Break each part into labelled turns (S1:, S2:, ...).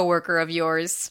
S1: coworker of yours.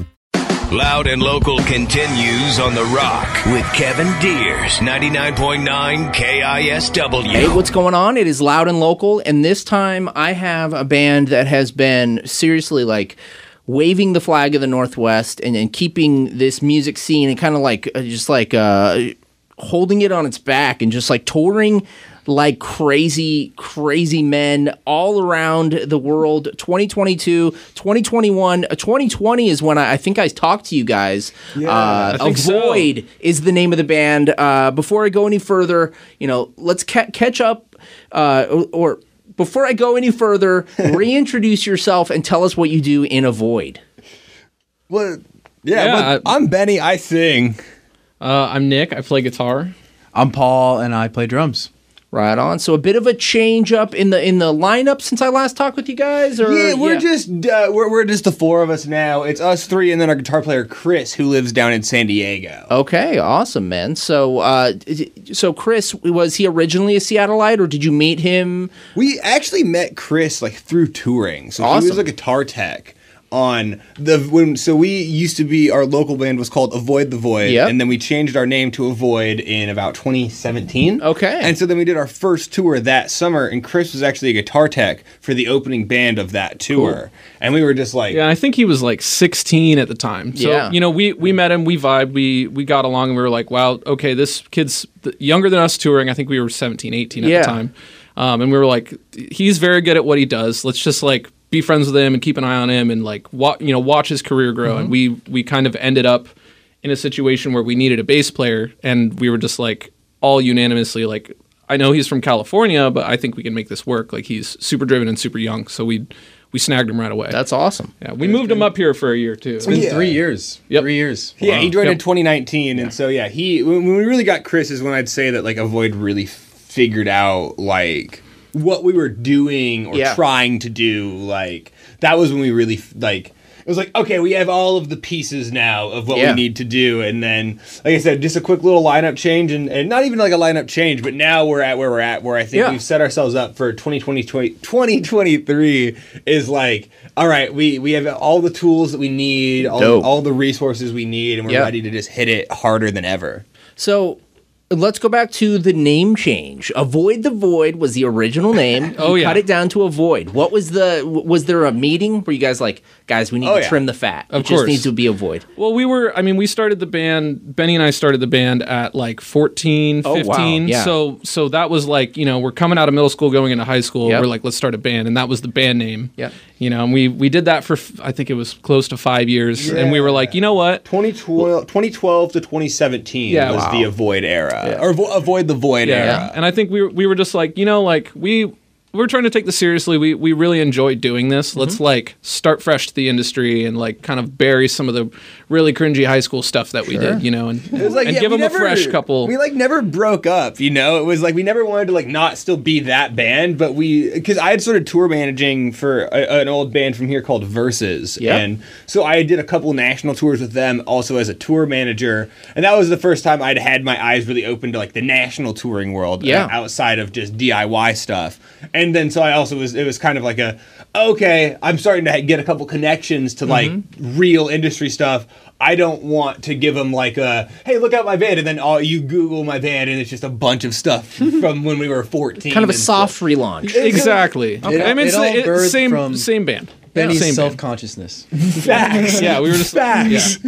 S2: Loud and Local continues on The Rock with Kevin Deers, 99.9 KISW.
S3: Hey, what's going on? It is loud and local, and this time I have a band that has been seriously like waving the flag of the Northwest and, and keeping this music scene and kind of like uh, just like uh, holding it on its back and just like touring like crazy, crazy men all around the world. 2022, 2021, uh, 2020 is when I, I think I talked to you guys. uh,
S4: I think so.
S3: Avoid is the name of the band. Uh, before I go any further, you know, let's ca- catch up uh, or. or before I go any further, reintroduce yourself and tell us what you do in Avoid.
S5: Well,
S4: Yeah,
S5: yeah.
S4: I-
S5: I'm Benny. I sing.
S4: Uh, I'm Nick. I play guitar.
S5: I'm Paul, and I play drums.
S3: Right on. So a bit of a change up in the in the lineup since I last talked with you guys. Or
S5: Yeah, we're just uh, we're, we're just the four of us now. It's us three, and then our guitar player Chris, who lives down in San Diego.
S3: okay. Awesome, man. So uh, is it- so Chris was he originally a Seattleite or did you meet him?
S5: We actually met Chris like through touring. So he was
S3: Awesome.
S5: a guitar tech on the when so we used to be our local band was called Avoid the Void
S3: Yep.
S5: and then we changed our name to Avoid in about 2017.
S3: Okay.
S5: And so then we did our first tour that summer and Chris was actually a guitar tech for the opening band of that tour. And we were just like
S4: Yeah, I think he was like 16 at the time. So,
S3: Yeah.
S4: you know, we we met him, we vibed, we we got along and we were like, wow, okay, this kid's th- younger than us touring. I think we were 17, 18 at
S3: Yeah.
S4: the time. Um, and we were like he's very good at what he does. Let's just like be friends with him and keep an eye on him and like wa- you know, watch his career grow. And we
S3: Mm-hmm.
S4: we kind of ended up in a situation where we needed a bass player and we were just like all unanimously like I know he's from California, but I think we can make this work. Like he's super driven and super young, so we we snagged him right away.
S3: That's awesome.
S4: Yeah, we moved him up here for a year too.
S5: been Yeah. three
S6: years.
S4: Yep.
S6: Three years.
S5: Yeah, he joined in
S4: Yep.
S5: 2019, and so yeah, he when when we really got Chris is when I'd say that like Avoid really figured out like what we were doing or
S3: Yeah.
S5: trying to do. Like that was when we really f- like it was like okay, we have all of the pieces now of what
S3: Yeah.
S5: we need to do, and then like I said, just a quick little lineup change, and, and not even like a lineup change, but now we're at where we're at, where I think
S4: Yeah.
S5: we've set ourselves up for 2020, 2023 is like all right, we we have all the tools that we need, all,
S3: Dope.
S5: all the resources we need, and we're
S3: Yeah.
S5: ready to just hit it harder than ever.
S3: So let's go back to the name change. Avoid the Void was the original name.
S4: Oh,
S3: You
S4: yeah.
S3: Cut it down to Avoid. What was the was there a meeting where you guys like, guys, we need
S5: Oh,
S3: to
S5: yeah.
S3: trim the fat.
S4: Of
S3: it just
S4: course.
S3: needs to be Avoid.
S4: Well, we were, I mean, we started the band, Benny and I started the band at like 14,
S3: Oh, wow.
S4: 15.
S3: Yeah.
S4: So, so that was like, you know, we're coming out of middle school, going into high school.
S3: Yep.
S4: We're like, let's start a band. And that was the band name.
S3: Yep.
S4: You know, and we, we did that for, f- I think it was close to five years. And we were like, you know what?
S5: 2012, 2012 to 2017
S4: Yeah.
S5: was
S4: Wow.
S5: the avoid era, or vo- avoid the void era.
S4: And I think we were, we were just like, you know, like we we're trying to take this seriously. We we really enjoy doing this. Let's like start fresh to the industry and like kind of bury some of the really cringy high school stuff that we did, you know, and,
S5: It was like,
S4: and
S5: yeah,
S4: give
S5: we
S4: them a
S5: never-
S4: fresh couple.
S5: We like never broke up, you know. It was like we never wanted to like not still be that band, but we because I had started tour managing for a, an old band from here called Versus,
S3: Yeah.
S5: and so I did a couple national tours with them, also as a tour manager, and that was the first time I'd had my eyes really open to like the national touring world,
S3: Yeah.
S5: uh, outside of just DIY stuff, and then so I also was it was kind of like a okay, I'm starting to get a couple connections to like
S4: Mm-hmm.
S5: real industry stuff. I don't want to give them like a hey, look out my van, and then all you Google my van, and it's just a bunch of stuff from when we were 14.
S3: Kind of a
S5: and
S3: soft
S5: stuff.
S3: relaunch.
S4: exactly. I mean,
S6: It
S4: it's
S6: all
S4: the it-
S6: birthed
S4: same
S6: from-
S4: same band.
S7: Benny's
S4: Same
S7: self consciousness.
S5: Facts.
S4: Yeah, we were just
S5: Facts.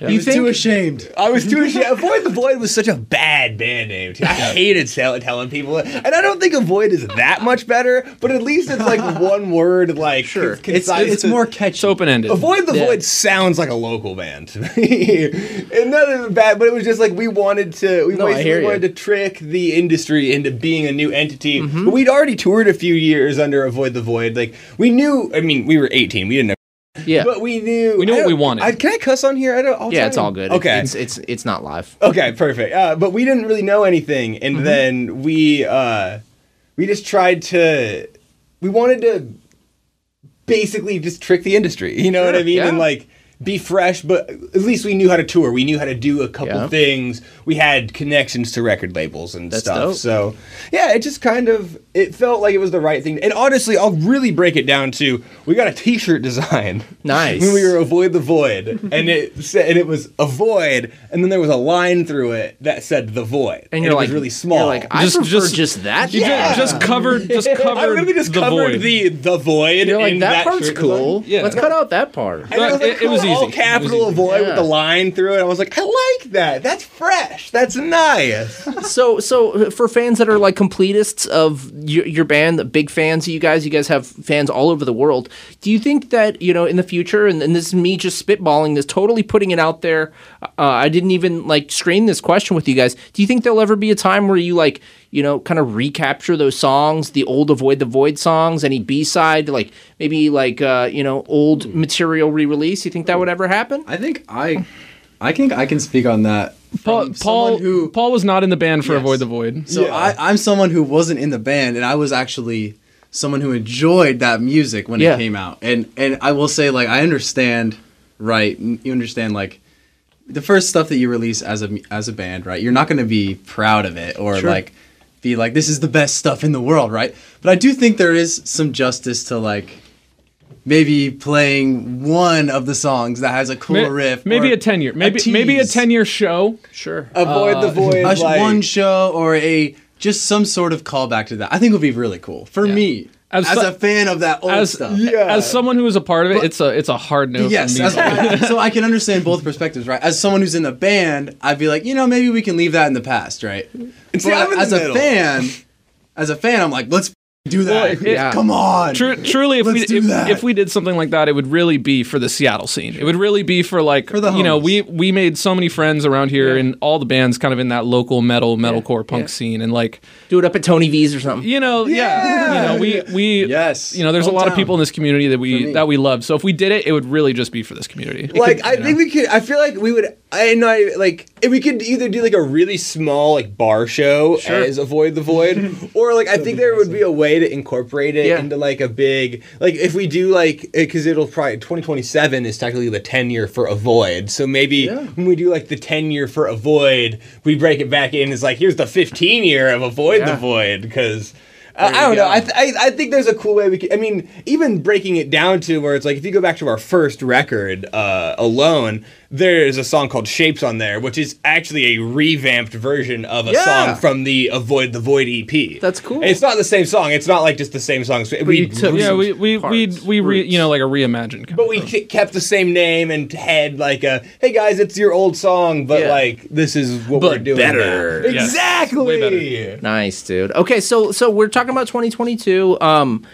S4: Yeah.
S7: He's too ashamed.
S5: I was too ashamed. Avoid the Void was such a bad band name. Too. I hated sell- telling people, it. and I don't think Avoid is that much better. But at least it's like one word, like sure.
S7: It's, it's more catchy.
S4: It's open ended.
S5: Avoid the Void sounds like a local band to me. and not as bad, but it was just like we wanted to we
S3: No, I
S5: basically
S3: hear you.
S5: wanted to trick the industry into being a new entity. But we'd already toured a few years under Avoid the Void. Like we knew I mean, we were eighteen, we didn't know
S3: Yeah.
S5: but we knew
S4: We knew
S5: I
S4: what
S5: don't-
S4: we wanted.
S5: I, can I cuss on here? I don't I'll
S3: yeah,
S5: try
S3: it's
S5: and-
S3: all good.
S5: Okay.
S3: It's it's it's not live.
S5: Okay, perfect. Uh, but we didn't really know anything,
S3: Mm-hmm.
S5: and then we uh, we just tried to we wanted to basically just trick the industry. You know what I mean? And
S3: yeah.
S5: like be fresh, but at least we knew how to tour. We knew how to do a couple
S3: Yeah.
S5: things. We had connections to record labels and
S3: That's
S5: stuff.
S3: dope.
S5: So yeah, it just kind of it felt like it was the right thing. And honestly, I'll really break it down to we got a T-shirt design.
S3: Nice.
S5: when we were avoid the void, and it said, and it was avoid, and then there was a line through it that said the void,
S3: And you're
S5: it
S3: like
S5: was really small.
S3: You're like I
S4: Just-
S3: prefer
S4: just-
S3: just, that.
S4: You ju- just, covered, just covered.
S5: I really just
S4: the
S5: covered
S4: void.
S5: the the void.
S3: You're like
S5: in
S3: that, part's
S5: shirt design.
S3: cool.
S4: Yeah.
S3: Let's cut out that part.
S5: And it was,
S4: No,
S5: like
S4: it- it was
S5: cool, All
S4: easy.
S5: capital
S4: It was easy.
S5: avoid with the
S3: Yeah.
S5: line through it. I was like, I like that. That's fresh. That's nice.
S3: So, so uh, for fans that are like completists of your, your band, the big fans of you guys, you guys have fans all over the world. Do you think that you know in the future, and, and this is me just spitballing this, totally putting it out there. Uh, I didn't even like strain this question with you guys. Do you think there'll ever be a time where you like you know kind of recapture those songs, the old Avoid the Void songs, any B side, like maybe like uh, you know old material re release? You think that would ever happen?
S7: I think I, I think I can speak on that.
S4: Paul,
S7: From someone
S4: Paul,
S7: who
S4: Paul was not in the band for
S7: Yes.
S4: Avoid the Void.
S7: So I, I'm someone who wasn't in the band, and I was actually someone who enjoyed that music when
S3: Yeah.
S7: it came out. And and I will say, like, I understand, right? n- You understand, like, the first stuff that you release as a mu- as a band, right? You're not going to be proud of it or like be like, this is the best stuff in the world, right? But I do think there is some justice to like. Maybe playing one of the songs that has a cool
S4: May-
S7: riff.
S4: maybe
S7: or
S4: a ten year, maybe maybe a
S7: tease
S4: ten year show.
S3: Sure.
S5: Avoid
S4: Uh,
S5: the void.
S7: a sh-
S5: like,
S7: Uh, one show or a just some sort of callback to that. I think would be really cool for me
S4: As
S7: as,
S4: so-
S7: a fan of that old
S4: As
S7: stuff.
S4: as someone who was a part of it, it's a it's a hard no.
S7: Yes,
S4: for me.
S7: as- so I can understand both perspectives, right? As someone who's in a band, I'd be like, you know, maybe we can leave that in the past, right?
S5: See,
S7: But
S5: I'm in the
S7: as a
S5: middle.
S7: fan, as a fan, I'm like, let's do that.
S4: Well, it-
S7: Come on.
S4: Tru- truly, if we
S7: Let's do
S4: if,
S7: that.
S4: if we did something like that, it would really be for the Seattle scene. It would really be for like
S7: the
S4: you know
S7: homies.
S4: we we made so many friends around here and all the bands kind of in that local metal metalcore punk scene and like
S3: Do it up at Tony V's or something.
S4: you know yeah, you know we we
S7: Yes.
S4: you know there's a lot of
S7: Hometown.
S4: people in this community that we that we love. So if we did it, it would really just be for this community.
S5: like I think we could. I feel like we would. I know. I, like if we could either do like a really small like bar show as avoid the void, or like I think there would be a way to incorporate it
S3: Yeah.
S5: into like a big like if we do like because it'll probably 2027 is technically the 10 year for avoid. So maybe when we do like the 10 year for avoid, we break it back in as like here's the 15 year of avoid the
S3: Yeah.
S5: void because. I I don't know. I, th- I I think there's a cool way we can. I mean, even breaking it down to where it's like if you go back to our first record uh, alone, there's a song called Shapes on there, which is actually a revamped version of a
S3: Yeah.
S5: song from the Avoid the Void EP.
S3: That's cool.
S5: It's not the same song. It's not like just the same song. So we,
S3: you took-
S5: we-
S4: yeah, we we we
S3: Parts,
S4: we re,
S3: roots.
S4: you know like a reimagined. Kind
S5: but we k- kept the same name and had like a hey guys, it's your old song, but
S3: Yeah.
S5: like this is what we're doing
S2: better.
S5: now.
S4: Yes.
S5: Exactly.
S4: Way better.
S3: Nice, dude. Okay, so so we're talking about 2022. Um,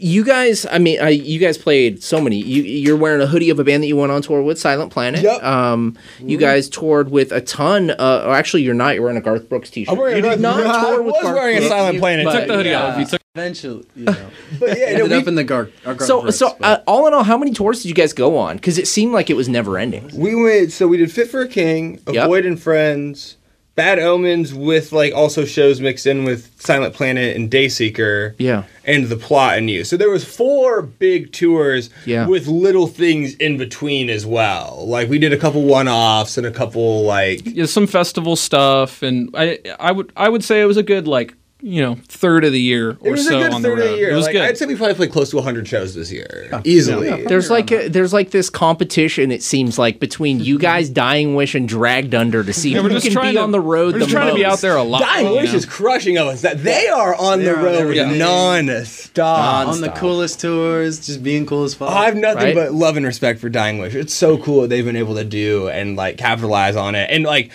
S3: you guys, I mean, I, you guys played so many. You you're wearing a hoodie of a band that you went on tour with, Silent Planet.
S5: Yep. Mm-hmm.
S3: Um, you guys toured with a ton. Uh, or actually, you're not. You're wearing a Garth Brooks t-shirt.
S5: I'm wearing a
S3: you
S5: Garth- I was
S3: Garth
S5: wearing a
S3: Brooks.
S5: Silent
S3: You-
S5: Planet
S3: but-
S5: t-shirt.
S4: took the hoodie
S7: yeah.
S4: off. You took
S7: Eventually, you know,
S5: But yeah, no,
S7: ended
S5: we-
S7: up in the guard.
S3: So so uh, all in all, how many tours did you guys go on? Because it seemed like it was never ending.
S5: We went. So we did Fit for a King,
S3: Yep.
S5: Avoid and Friends, Bad Omens, with like also shows mixed in with Silent Planet and Dayseeker.
S3: Yeah.
S5: And the plot and you. So there was four big tours
S3: Yeah.
S5: with little things in between as well. Like we did a couple one-offs and a couple like
S4: yeah, some festival stuff, and I I would I would say it was a good like you know third of the year or
S5: It was
S4: so
S5: a good
S4: on the
S5: third
S4: road.
S5: of the year.
S4: It was
S5: like,
S4: good.
S5: I'd say we probably played close to 100 shows this year, easily.
S3: There's like a, there's like this competition. It seems like between you guys, Dying Wish, and Dragged Under to see
S4: Mm-hmm. Yeah,
S3: who can be on the road.
S4: We're just
S3: the
S4: trying to be
S3: most.
S4: out there a lot.
S5: Dying
S4: you
S5: Wish
S4: know?
S5: is crushing us. That they are on the
S7: are on
S5: road
S7: every day.
S5: non-stop.
S7: on the coolest tours, just being cool as fuck.
S5: I have Oh, nothing
S3: Right?
S5: but love and respect for Dying Wish. It's so cool what they've been able to do and like capitalize on it. And like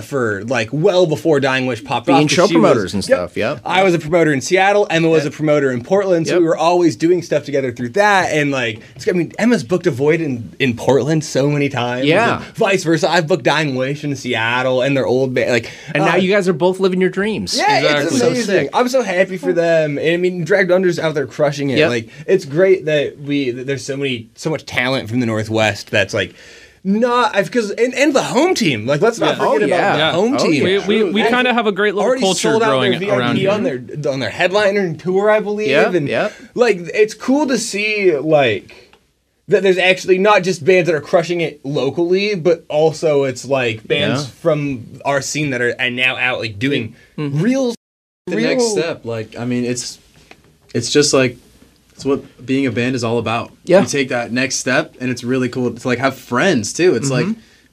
S5: for like well before Dying Wish popped off,
S3: Being
S5: 'cause
S3: show
S5: she was-
S3: promoters and stuff, yep.
S5: I was a promoter in Seattle. Emma was a promoter in Portland. So
S3: Yep.
S5: we were always doing stuff together through that. And like, it's, I mean, Emma's booked a void in, in Portland so many times.
S3: Yeah.
S5: and vice versa. I've booked Dying Wish in Seattle and their old band. Like,
S3: And now
S5: uh,
S3: you guys are both living your dreams.
S5: yeah,
S4: Exactly.
S5: it's
S4: So
S5: amazing.
S7: sick.
S5: I'm so happy for them. And I mean, Dragged Under's out there crushing it.
S3: Yep.
S5: Like, it's great that we that there's so many so much talent from the Northwest that's like not because and, and the home team. Like, let's not
S3: Yeah.
S5: forget
S3: Oh, yeah.
S5: about
S3: Yeah.
S5: the home
S3: Oh,
S5: team.
S3: yeah.
S4: We, we, we
S5: And
S4: kind of have a great little
S5: already
S4: culture
S5: sold out
S4: growing
S5: their
S4: around
S5: VIP
S4: here.
S5: on their on their headliner and tour, I believe.
S3: Yep,
S5: and
S3: yep.
S5: like it's cool to see like. That there's actually not just bands that are crushing it locally, but also it's like bands
S3: Yeah.
S5: from our scene that are and now out like doing
S4: Mm-hmm.
S5: real
S7: the
S5: real-
S7: next step. Like, I mean, it's it's just like it's what being a band is all about.
S3: Yeah.
S7: you take that next step, and it's really cool to like have friends too. It's like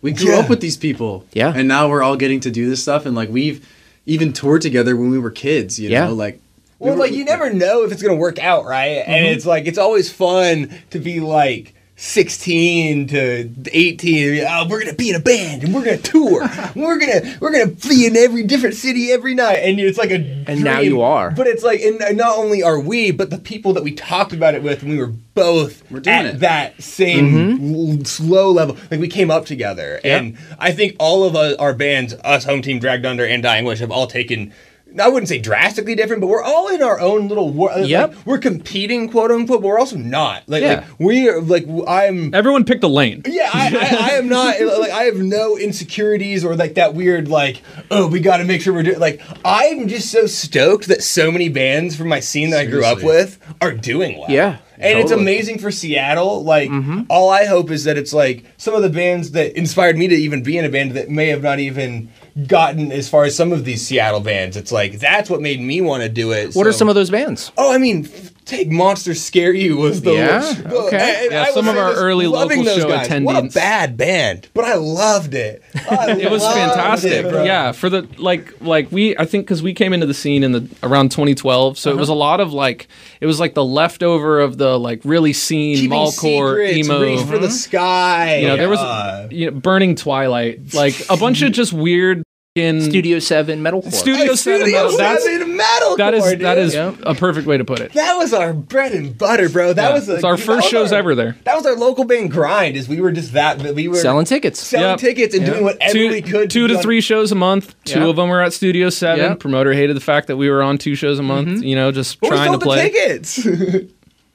S7: we grew
S5: Yeah.
S7: up with these people.
S3: Yeah.
S7: and now we're all getting to do this stuff, and like we've even toured together when we were kids. You
S3: Yeah.
S7: know, like we
S5: Well,
S7: were-
S5: like you never know if it's gonna work out, right? And
S3: Mm-hmm.
S5: it's like it's always fun to be like. 16 to 18 and be, oh, we're gonna be in a band and we're gonna tour we're gonna we're gonna be in every different city every night and it's like a
S3: And now you are.
S5: but it's like and not only are we but the people that we talked about it with when we were both
S7: We're doing
S5: at
S7: it.
S5: that same
S3: Mm-hmm.
S5: l- slow level like we came up together and i think all of us, our bands us home team dragged under and dying wish have all taken I wouldn't say drastically different, but we're all in our own little world.
S3: Yep.
S5: we're competing, quote unquote, but we're also not. Like,
S3: Yeah.
S5: like we are. Like I'm.
S4: Everyone picked a lane.
S5: Yeah, I, I, I am not. Like I have no insecurities or like that weird like. Oh, we got to make sure we're doing. Like I'm just so stoked that so many bands from my scene that I grew up
S7: Seriously.
S5: with are doing well.
S3: Yeah,
S5: and
S3: totally.
S5: it's
S3: Mm-hmm.
S5: amazing for Seattle. Like all I hope is that it's like some of the bands that inspired me to even be in a band that may have not even gotten as far as some of these Seattle bands. It's like that's what made me want to do it.
S3: What are
S5: so-
S3: some of those bands?
S5: Oh, I mean, f- take Monster Scare You was the
S3: Yeah,
S5: the-
S3: okay.
S5: and
S4: Yeah,
S5: I will
S4: some of
S5: say
S4: our
S5: this,
S4: early
S5: loving
S4: local
S5: those
S4: show
S5: guys. What a
S4: attendance.
S5: bad band, but I loved it. I
S4: it was
S5: loved
S4: fantastic.
S5: it, bro.
S4: yeah, for the like like we I think because we came into the scene in the around 2012,
S5: Uh-huh.
S4: so it was a lot of like it was like the leftover of the like really scene
S5: Keeping
S4: mallcore
S5: secrets,
S4: emo.
S5: Reach for the
S3: Mm-hmm.
S5: sky.
S4: you know, there was
S5: uh,
S4: you know, burning twilight, like a bunch of just weird in
S3: Studio Seven Metalcore.
S4: Studio Seven.
S5: Studio
S4: metal. That's
S5: Seven metalcore,
S4: that is
S5: dude.
S4: that is
S3: Yeah.
S4: a perfect way to put it.
S5: That was our bread and butter, bro. That
S4: Yeah.
S5: was
S4: It's our
S5: that
S4: first
S5: was
S4: shows
S5: our-
S4: ever there.
S5: That was our local band grind. Is we were just that that we were
S3: selling tickets.
S5: selling
S4: Yep.
S5: tickets and doing whatever
S4: two,
S5: we could.
S4: two to
S5: on-
S4: three shows a month. Two
S3: Yeah.
S4: of them were at Studio Seven.
S3: Yeah. Mm-hmm.
S4: Promoter hated the fact that we were on two shows a month. You know, just
S5: But we
S4: trying to
S5: sold the
S4: play.
S5: tickets.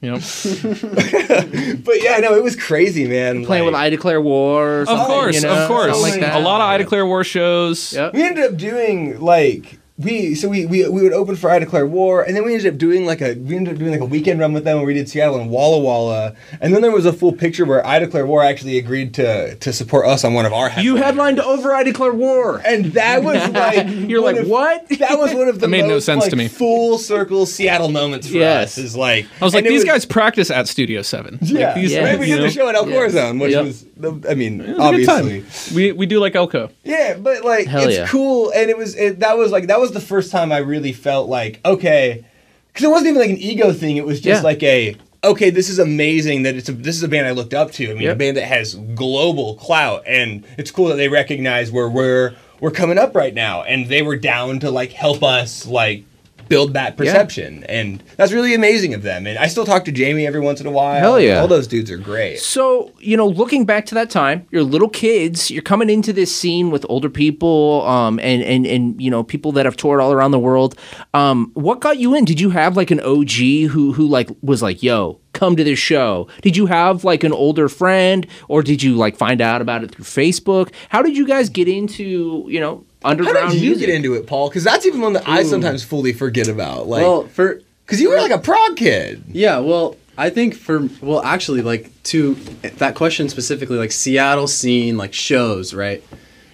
S4: You know.
S5: but yeah, no, it was crazy, man.
S3: Playing with
S5: Like-
S3: I Declare War. Or
S4: Of
S3: something,
S4: course,
S3: you know,
S4: of course.
S3: something Like that.
S4: A lot of I Declare War shows.
S3: Yep.
S5: We ended up doing like we so we, we we would open for I Declare War, and then we ended up doing like a we ended up doing like a weekend run with them where we did Seattle and Walla Walla, and then there was a full picture where I Declare War actually agreed to to support us on one of our
S3: You
S5: headliners.
S3: headlined over I Declare War.
S5: and that was like
S3: You're
S5: one
S3: like,
S5: of-
S3: what?
S5: That was one of the
S4: That made no
S5: most,
S4: sense
S5: like,
S4: to me.
S5: Full circle Seattle moments for
S3: Yes.
S5: us is like
S4: I was like,
S5: and it
S4: these guys practice at Studio Seven.
S5: Yeah,
S4: like, these,
S3: Yeah.
S5: Right, we
S4: you
S5: did
S4: know.
S5: the show at El
S3: Yeah.
S5: Corazon, which
S3: Yep.
S5: was, the- I mean,
S4: It was a good time.
S5: obviously,
S4: We we do like Elko.
S5: Yeah, but like
S3: Hell
S5: it's
S3: yeah.
S5: cool, and it was it, that was like that was the first time I really felt like okay, because it wasn't even like an ego thing. It was just
S3: Yeah.
S5: like a okay, this is amazing that it's a, this is a band I looked up to. I mean,
S3: Yep.
S5: a band that has global clout, and it's cool that they recognize where we're we're coming up right now, and they were down to like help us like build that perception, and that's really amazing of them. And I still talk to Jamie every once in a while.
S3: Hell yeah.
S5: all those dudes are great.
S3: So, you know, looking back to that time, you're little kids, you're coming into this scene with older people um, and, and, and, you know, people that have toured all around the world. Um, what got you in? Did you have like an OG who, who like was like, yo, come to this show? Did you have like an older friend or did you like find out about it through Facebook? How did you guys get into, you know, underground
S5: How did you
S3: music?
S5: get into it, Paul? Because that's even one that I sometimes fully forget about. Like,
S7: well for
S5: Because you were like a prog kid.
S7: Yeah, well, I think for well, actually, like to that question specifically, like Seattle scene, like shows, right?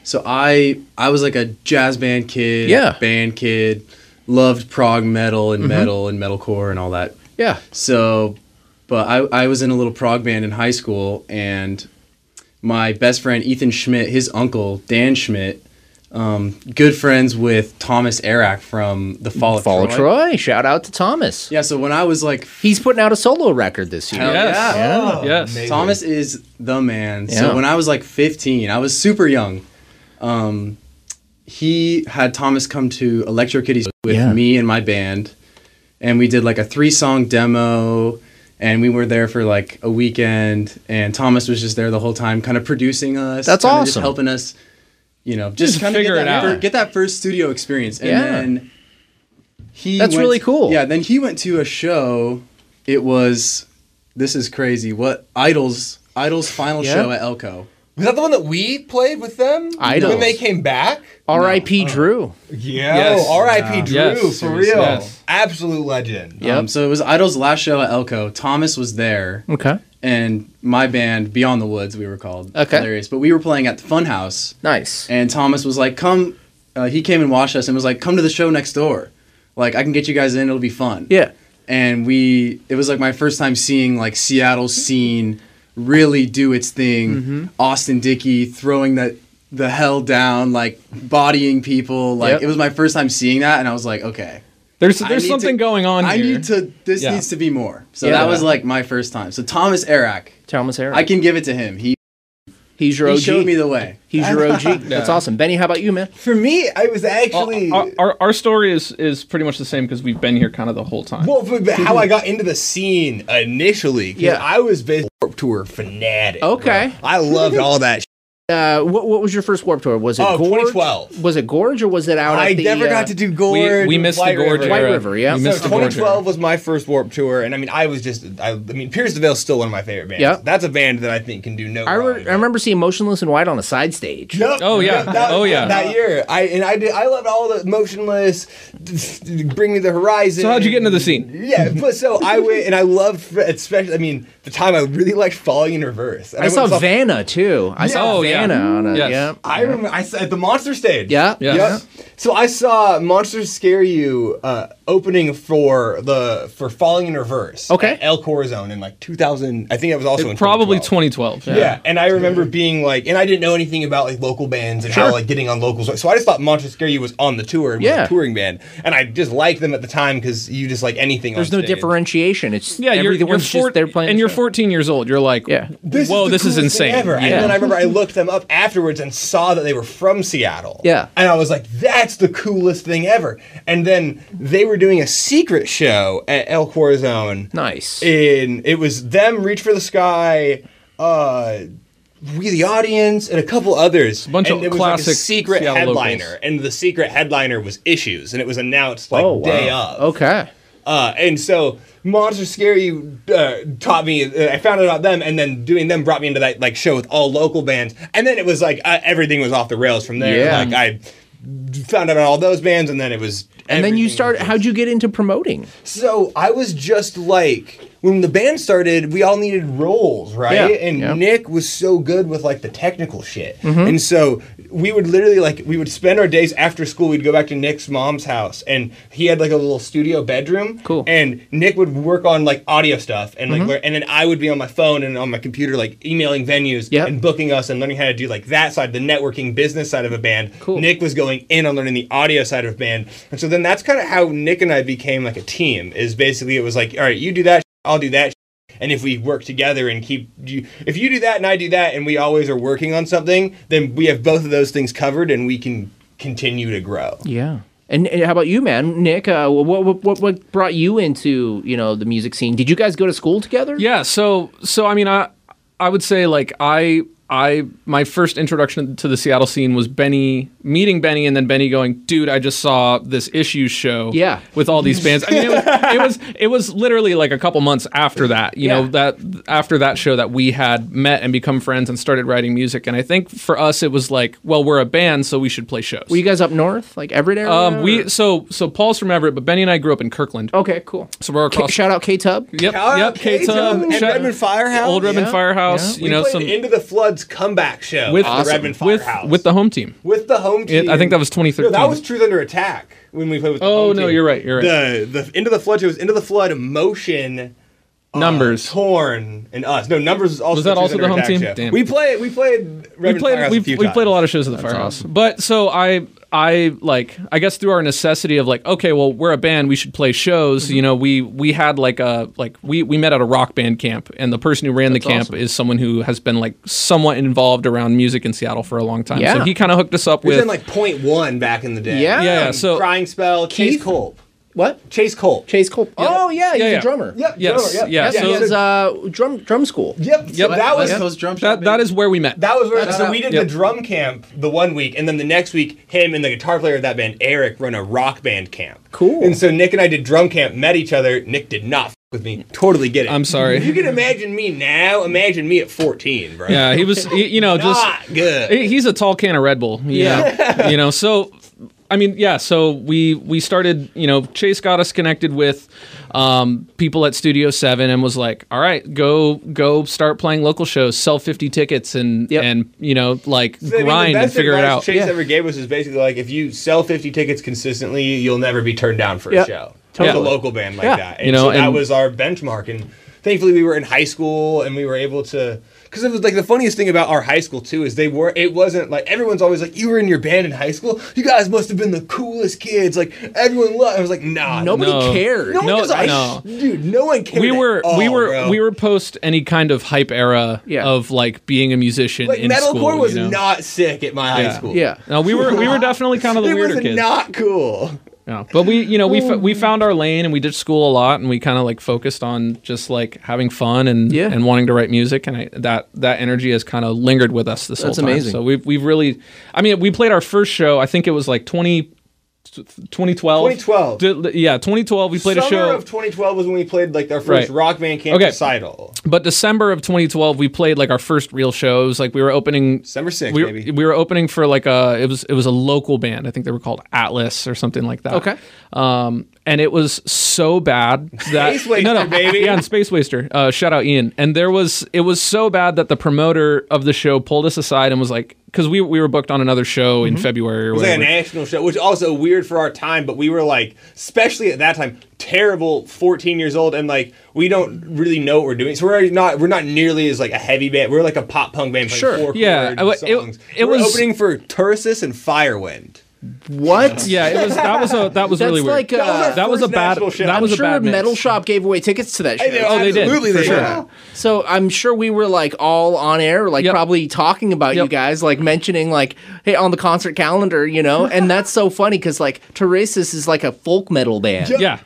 S7: So I I was like a jazz band kid,
S3: Yeah. Mm-hmm.
S7: band kid, loved prog metal and metal and metalcore and all that.
S3: Yeah.
S7: So, but I, I was in a little prog band in high school, and my best friend Ethan Schmidt, his uncle Dan Schmidt, um, good friends with Thomas Arak from the Fall of
S3: Fall of
S7: Troy.
S3: Troy. Shout out to Thomas.
S7: Yeah. So when I was like,
S3: He's putting out a solo record this year.
S7: Hell
S4: Yes.
S7: yeah.
S4: yes.
S7: Thomas is the man.
S3: Yeah.
S7: So when I was like 15, I was super young. Um, he had Thomas come to Electro Kitties with
S3: Yeah.
S7: me and my band, and we did like a three song demo. And we were there for like a weekend, and Thomas was just there the whole time, kind of producing us.
S3: That's
S7: kinda Just
S3: awesome.
S7: helping us, you know, just,
S4: Just
S7: kind of
S4: figure
S7: get
S4: it
S7: that,
S4: out.
S7: fir- get that first studio experience. And
S3: Yeah.
S7: then he
S3: That's
S7: went-
S3: really cool.
S7: Yeah, then he went to a show. It was this is crazy. What Idols Idols final
S3: Yeah.
S7: show at Elko.
S5: Was that the one that we played with them
S3: Idols.
S5: when they came back?
S3: R.I.P.
S7: Uh,
S3: Drew.
S5: Yeah.
S4: Yes.
S5: R.I.P. Drew
S4: Yes.
S5: for
S4: Seriously.
S5: real.
S4: Yes.
S5: Absolute legend.
S3: Yep.
S7: Um, so it was Idols last show at Elko. Thomas was there.
S3: Okay.
S7: And my band Beyond the Woods we were called.
S3: Okay.
S7: Hilarious. But we were playing at the Funhouse
S3: Nice.
S7: and Thomas was like come uh, he came and watched us and was like come to the show next door. Like I can get you guys in it'll be fun.
S3: Yeah.
S7: and we it was like my first time seeing like Seattle scene really do its thing.
S4: Mm-hmm.
S7: Austin Dickey throwing that the hell down, like bodying people. Like
S3: Yep.
S7: it was my first time seeing that, and I was like, okay,
S4: There's
S7: I
S4: there's
S7: need
S4: something
S7: to-
S4: going on
S7: I
S4: here.
S7: need to. This
S4: Yeah.
S7: needs to be more. So
S3: Yeah.
S7: that was like my first time. So Thomas Arak,
S3: Thomas Harris.
S7: I can give it to him. He,
S3: He's your
S7: he
S3: OG.
S7: showed me the way.
S3: He's your OG. That's awesome. Benny, how about you, man?
S5: For me, I was actually.
S4: Uh, our, our, our story is is pretty much the same because we've been here kind of the whole time.
S5: Well, but but how I got into the scene initially, 'cause
S3: Yeah.
S5: I was basically a Warped Tour fanatic. bro.
S3: Okay.
S5: I loved all that. shit.
S3: Uh, what, what was your first Warp Tour? Was it
S5: Oh,
S3: Gorge?
S5: 2012.
S3: Was it Gorge or was it out
S5: I
S3: at the,
S5: never
S3: uh,
S5: got to do
S4: we,
S5: Gorge.
S4: we missed
S5: White
S4: the gorge
S5: River.
S3: White
S4: era.
S3: River, yeah.
S4: We
S5: So
S4: missed the gorge
S5: 2012
S4: era.
S5: was my first Warp Tour, and I mean, I was just, I, I mean, Pierce the Veil is still one of my favorite bands.
S3: Yeah.
S5: That's a band that I think can do no
S3: I,
S5: wrong.
S3: re- I remember seeing Motionless and White on a side stage.
S5: Yep.
S4: Oh, yeah.
S5: Yep, that-
S4: Oh, yeah.
S5: That year, I and I did. I loved all the motionless, bring me the horizon.
S4: So how'd you get into the scene?
S5: Yeah, but so I went and I loved, especially. I mean, the time I really liked falling in reverse. And
S3: I, saw
S5: went and
S3: Vanna too. I saw
S4: Oh, yeah.
S3: Vanna on a
S4: Yes.
S3: yeah.
S5: I remember I saw, at the monster stage.
S3: Yeah.
S4: Yeah.
S5: Yep. So I saw Monster Scare You uh, opening for the for Falling in Reverse.
S3: Okay.
S5: at El Corazon in like 2000. I think that was also in
S4: Probably
S5: 2012.
S4: 2012.
S5: Yeah. and I remember being like, and I didn't know anything about like local bands and how like getting on locals. So I just thought Monster Scare You was on the tour, and was
S3: Yeah.
S5: a touring band, and I just liked them at the time because you just like anything.
S3: There's
S5: on
S3: no
S5: stage.
S3: differentiation. It's
S4: Yeah, you're, you're
S3: everyone's
S4: four,
S3: just they're playing.
S4: and
S3: the
S4: you're
S3: show.
S4: 14 years old. You're like,
S3: Yeah.
S5: This
S4: whoa,
S5: the
S4: this is
S5: coolest thing
S4: insane.
S5: ever.
S4: Yeah.
S5: And then I remember I looked them up afterwards and saw that they were from Seattle.
S3: Yeah.
S5: And I was like, that's the coolest thing ever. And then they were doing a secret show at El Corazon.
S3: Nice.
S5: In it was them, Reach for the Sky, uh we the audience and a couple others. A
S4: bunch
S5: and
S4: of
S5: it was like
S4: classic
S5: a secret
S4: Seattle
S5: headliner,
S4: locals.
S5: and the secret headliner was Issues, and it was announced like
S3: oh wow.
S5: day of.
S3: Okay.
S5: Uh, and so Monster Scary uh, taught me. Uh, I found out about them, and then doing them brought me into that like show with all local bands, and then it was like uh, everything was off the rails from there.
S3: Yeah.
S5: Like I found out about all those bands, and then it was.
S3: And then you
S5: everything.
S3: start. How'd you get into promoting?
S5: So I was just like when the band started, we all needed roles, right?
S3: Yeah,
S5: and
S3: yeah.
S5: Nick was so good with like the technical shit,
S3: Mm-hmm.
S5: and so we would literally like we would spend our days after school. We'd go back to Nick's mom's house, and he had like a little studio bedroom.
S3: Cool. Mm-hmm.
S5: And Nick would work on like audio stuff, and like lear- and then I would be on my phone and on my computer like emailing venues
S3: Yep.
S5: and booking us and learning how to do like that side, the networking business side of a band. Cool. Nick was going in on learning the audio side of a band. And so then that's kind of how Nick and I became like a team is basically it was like, all right, you do that, sh- I'll do that. sh- And if we work together and keep you, if you do that and I do that, and we always are working on something, then we have both of those things covered and we can continue to grow.
S3: Yeah. And, and how about you, man, Nick? Uh, what, what what what brought you into you know the music scene? Did you guys go to school together?
S4: Yeah, so so I mean I I would say like I I my first introduction to the Seattle scene was Benny meeting Benny and then Benny going, "Dude, I just saw this issue show
S3: Yeah.
S4: with all these bands." I mean it was, it was it was literally like a couple months after that, you know,
S3: Yeah.
S4: that after that show that we had met and become friends and started writing music and I think for us it was like, well, we're a band so we should play shows.
S3: Were you guys up north, like Everett area?
S4: um, we
S3: or-
S4: so so Paul's from Everett, but Benny and I grew up in Kirkland.
S3: okay, cool.
S4: So we're
S3: K-
S4: across
S3: shout out K Tub.
S4: Yep,
S5: Shout out
S4: yep, K-Tub,
S5: K-Tub and
S4: shout-
S5: Redmond Firehouse.
S4: Old Redmond
S3: Yeah, yeah.
S4: Firehouse, you
S5: we
S4: know,
S5: played
S4: some
S5: Into the Flood Judd's comeback show
S4: with
S5: at the Redmond
S4: with,
S5: Firehouse
S4: with the home team.
S5: with the home team.
S4: It- I think that was
S5: No,
S4: 2013.
S5: that was Truth Under Attack when we played with. The
S4: Oh,
S5: home
S4: no,
S5: team.
S4: you're right, you're right.
S5: The the into the flood. It was into the flood motion. uh,
S4: Numbers.
S5: torn and us. No numbers was also
S4: Was that
S5: Truth
S4: also
S5: Under
S4: the home
S5: Attack
S4: team?
S5: show.
S4: Damn.
S5: We played. We played.
S4: we
S5: Redmond
S4: played
S5: Firehouse
S4: we,
S5: a few
S4: we played a
S5: times.
S4: lot of shows at the firehouse but so i i like i guess through our necessity of like okay well we're a band we should play
S3: Mm-hmm.
S4: shows you know we we had like a like we we met at a rock band camp and the person who ran the camp is someone who has been like somewhat involved around music in seattle for a long time so
S3: Yeah.
S4: he kind of hooked us up
S5: He was
S4: with
S5: in like point one back in the day.
S3: Yeah.
S4: yeah, yeah so
S5: Crying spell. Chase
S3: Keith?
S5: Culp.
S3: What?
S5: Chase Culp.
S3: Chase Cole. Oh yeah, he's
S4: Yeah, yeah.
S3: a drummer.
S5: Yep.
S4: Yes,
S5: drummer,
S4: yeah,
S5: Yep.
S3: Yes,
S4: so-
S3: he
S5: yep.
S3: has uh, drum drum school.
S5: Yep. so that was
S7: West Coast drum shop.
S4: that that is where we met
S5: That was where,
S7: That's
S5: so
S7: how-
S5: we did
S4: yep.
S5: the drum camp the one week, and then the next week, him and the guitar player of that band, Eric, run a rock band camp.
S3: Cool.
S5: And so Nick and I did drum camp, met each other. Nick did not f- with me. Totally get it.
S4: i'm
S5: You
S4: sorry
S5: can imagine me now. Imagine me at 14, bro.
S4: yeah he was he- you know just
S5: Not good.
S4: He- he's a tall can of Red Bull. yeah. you know, so I mean, yeah, so we we started, you know, Chase got us connected with um, people at Studio 7 and was like, "All right, go go start playing local shows, sell 50 tickets and
S3: Yep.
S4: and you know, like
S5: I mean, the
S4: grind and
S5: best
S4: figure it
S5: advice
S4: out."
S5: Chase ever gave us is basically like if you sell 50 tickets consistently, you'll never be turned down for
S3: Yep.
S5: a show.
S3: Totally.
S5: With a local band like
S3: Yeah.
S5: that.
S4: You
S5: And
S4: know,
S5: so that
S4: and-
S5: was our benchmark. And thankfully, we were in high school and we were able to. Because it was like the funniest thing about our high school too is they were. It wasn't like everyone's always like you were in your band in high school. You guys must have been the coolest kids. Like everyone loved. I was like, nah,
S3: Nobody
S4: No.
S3: cared.
S5: no, one
S4: no,
S5: gives a
S4: no.
S5: sh- dude, no one cared.
S4: we were
S5: at all,
S4: we were
S5: bro.
S4: we were post any kind of hype era
S3: Yeah.
S4: of like being a musician
S5: like
S4: in school.
S5: metalcore was
S4: you know?
S5: not sick at my high
S4: Yeah.
S5: school.
S3: Yeah.
S4: No, we were we were definitely kind of the
S5: it
S4: weirder
S5: was
S4: kids.
S5: not cool.
S4: Yeah, but we, you know, we f-
S3: Oh.
S4: we found our lane and we did school a lot and we kind of like focused on just like having fun and
S3: Yeah.
S4: and wanting to write music and I, that that energy has kind of lingered with us this
S3: That's
S4: whole time.
S3: amazing.
S4: So we've we've really, I mean, we played our first show. I think it was like 20, 2012.
S5: 2012.
S4: Did- yeah, twenty twelve. We played
S5: Summer
S4: a show.
S5: of 2012 was when we played like our
S4: Right.
S5: first rock band camp
S4: Okay.
S5: recital.
S4: But December of 2012, we played like our first real shows. Like we were opening
S5: December 6th,
S4: we,
S5: baby.
S4: we were opening for like a it was it was a local band. I think they were called Atlas or something like that.
S3: Okay.
S4: Um, and it was so bad that
S5: Space Waster, baby.
S4: yeah, and Space Waster. Uh, shout out Ian. And there was it was so bad that the promoter of the show pulled us aside and was like, because we we were booked on another show in February or
S5: It was like a
S4: whatever.
S5: national show, which also weird for our time, but we were like, especially at that time, terrible 14 years old, and like we don't really know what we're doing. So we're not we're not nearly as like a heavy band. We're like a pop punk band. playing
S3: Sure.
S5: four
S4: Yeah,
S5: chord
S4: I- it-
S5: songs.
S4: it
S5: We're
S4: was-
S5: opening for Tursus and Firewind.
S3: What?
S4: yeah, it was that was a that was
S3: That's
S4: really weird.
S3: like, uh, That was
S5: our
S4: that was a
S5: first
S4: bad
S5: national show.
S4: that
S5: I'm
S3: I'm
S4: was a
S3: sure
S4: bad mix.
S3: Metal Shop gave away tickets to that show.
S4: Oh, they did,
S5: Absolutely,
S4: for
S5: they
S4: sure.
S5: did.
S3: So I'm sure we were like all on air, like
S4: Yep.
S3: probably talking about
S4: Yep.
S3: you guys, like mentioning like, hey, on the concert calendar, you know. and that's so funny because like Teresis is like a folk metal band.
S4: Yeah.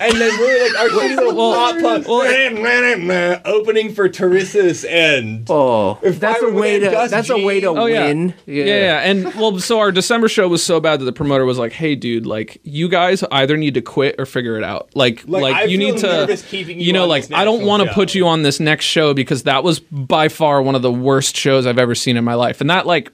S5: And then we're like, our kids are
S4: Well,
S5: pop punk. opening for Tarissus and.
S3: Oh,
S5: If
S3: that's
S5: I
S3: a
S5: were
S3: way
S5: in
S3: to
S5: Dust
S3: that's a way to
S5: Jeans-
S4: Oh yeah.
S3: win.
S4: yeah, yeah, And well, so our December show was so bad that the promoter was like, "Hey, dude, like you guys either need to quit or figure it out. Like,
S5: Like,
S4: like,
S5: I
S4: you
S5: feel
S4: need to,
S5: nervous keeping
S4: you
S5: you
S4: know,
S5: on
S4: like
S5: this
S4: I don't
S5: national
S4: want to
S5: show."
S4: put you on this next show because that was by far one of the worst shows I've ever seen in my life. And that like."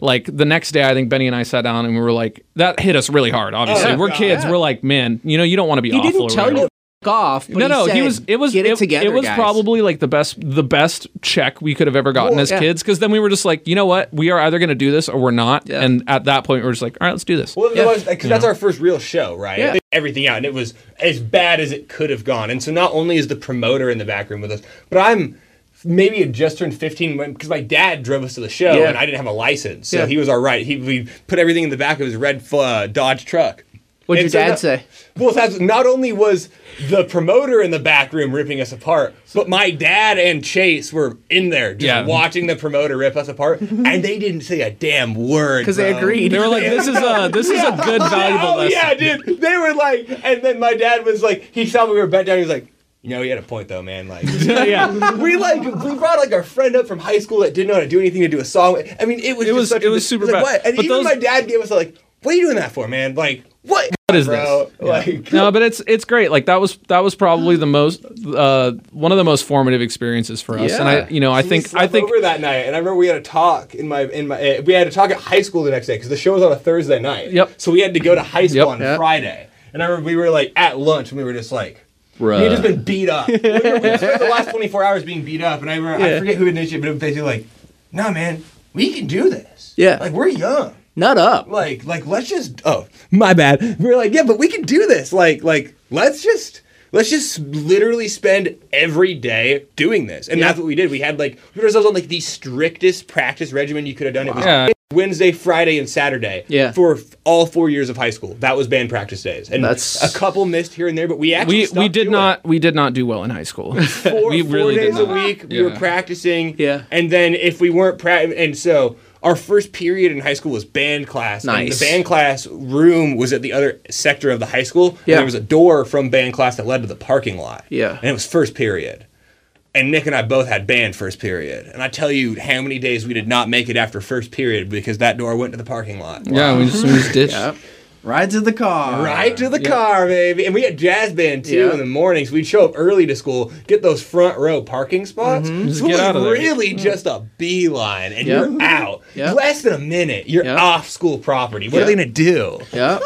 S4: Like the next day, I think Benny and I sat down and we were like, "That hit us really hard." Obviously,
S5: yeah.
S4: we're kids. We're like, "Man, you know, you don't want to be
S3: He
S4: awful."
S3: didn't
S4: or
S3: tell
S4: whatever."
S3: you to f- off. But
S4: no, no, he
S3: said,
S4: was. It was.
S3: get it,
S4: it,
S3: together.
S4: it was
S3: guys."
S4: probably like the best, the best check we could have ever gotten
S3: Well,
S4: as
S3: yeah.
S4: kids. Because then we were just like, you know what, we are either going to do this or we're not. And at that point, we are just like, all right, let's do this.
S5: Well, because that's our first real show, right?
S3: Yeah.
S5: They- Everything out, and it was as bad as it could have gone. And so not only is the promoter in the back room with us, but I'm maybe had just turned 15 because my dad drove us to the show,
S3: Yeah.
S5: and I didn't have a license, so
S3: Yeah.
S5: he was all right. He we put everything in the back of his red uh, Dodge truck.
S3: What'd
S5: And
S3: your
S5: so
S3: dad
S5: not-
S3: say?
S5: Well, that's, not only was the promoter in the back room ripping us apart, but my dad and Chase were in there just
S4: Yeah.
S5: watching the promoter rip us apart, and they didn't say a damn word
S3: because they
S5: bro.
S3: agreed.
S4: They were like, this is a, this is a good valuable
S5: Oh
S4: lesson.
S5: yeah, dude. They were like, and then my dad was like, he saw we were bent down. He was like, you know, he had a point though, man. Like,
S4: yeah.
S5: we like we brought like our friend up from high school that didn't know how to do anything to do a song. I mean, it was
S4: It
S5: just
S4: was-
S5: such
S4: it
S5: a-
S4: was super
S5: like,
S4: bad.
S5: What? And
S4: But
S5: even
S4: those-
S5: my dad gave us like, what are you doing that for, man? Like, what?
S4: What is
S5: bro?
S4: this? Yeah.
S5: Like,
S4: no, but it's it's great. Like that was that was probably the most uh, one of the most formative experiences for us. And I,
S3: Yeah.
S4: you know, I think
S5: we
S4: I
S5: slept
S4: think
S5: over that night, and I remember we had a talk in my in my uh, we had a talk at high school the next day because the show was on a Thursday night.
S4: Yep.
S5: So we had to go to high school
S4: Yep.
S5: on
S3: Yep.
S5: Friday, and I remember we were like at lunch and we were just like.
S3: Bruh.
S5: We had just been beat up. we we spent the last 24 hours being beat up, and I remember, I forget who initiated, but it was basically like, no, man, we can do this.
S3: Yeah.
S5: Like, we're young.
S3: Nut up.
S5: Like, like, let's just, oh, my bad. We're like, yeah, but we can do this. Like, like, let's just, let's just literally spend every day doing this. And that's what we did. We had like, we put ourselves on like the strictest practice regimen you could have done. It was
S4: Yeah.
S5: Wednesday, Friday, and Saturday.
S3: Yeah.
S5: For f- all four years of high school. That was band practice days. And
S3: That's-
S5: a couple missed here and there, but we actually,
S4: we we
S5: stopped
S4: did
S5: doing it
S4: not we did not do well in high school.
S5: four,
S4: we
S5: four
S4: really
S5: days
S4: did
S5: a
S4: not.
S5: week. We were
S4: Yeah.
S5: practicing.
S3: Yeah.
S5: And then if we weren't pra- and so our first period in high school was band class. and
S3: Nice.
S5: the band class room was at the other sector of the high school. and
S3: Yeah.
S5: there was a door from band class that led to the parking lot.
S3: Yeah.
S5: And it was first period. And Nick and I both had band first period. And I tell you how many days we did not make it after first period because that door went to the parking lot.
S4: Yeah, we just, we just ditched.
S7: Ride to the car.
S5: Right to the car, baby. And we had jazz band too
S3: Yeah.
S5: in the mornings. We'd show up early to school, get those front row parking spots.
S4: Just
S5: So it
S4: get
S5: was
S4: out of there.
S5: Really, just a beeline, and
S3: Yeah.
S5: you're out.
S3: Yeah.
S5: Less than a minute, you're
S3: Yeah.
S5: off school property. What are
S3: Yeah.
S5: they gonna do?
S3: Yeah.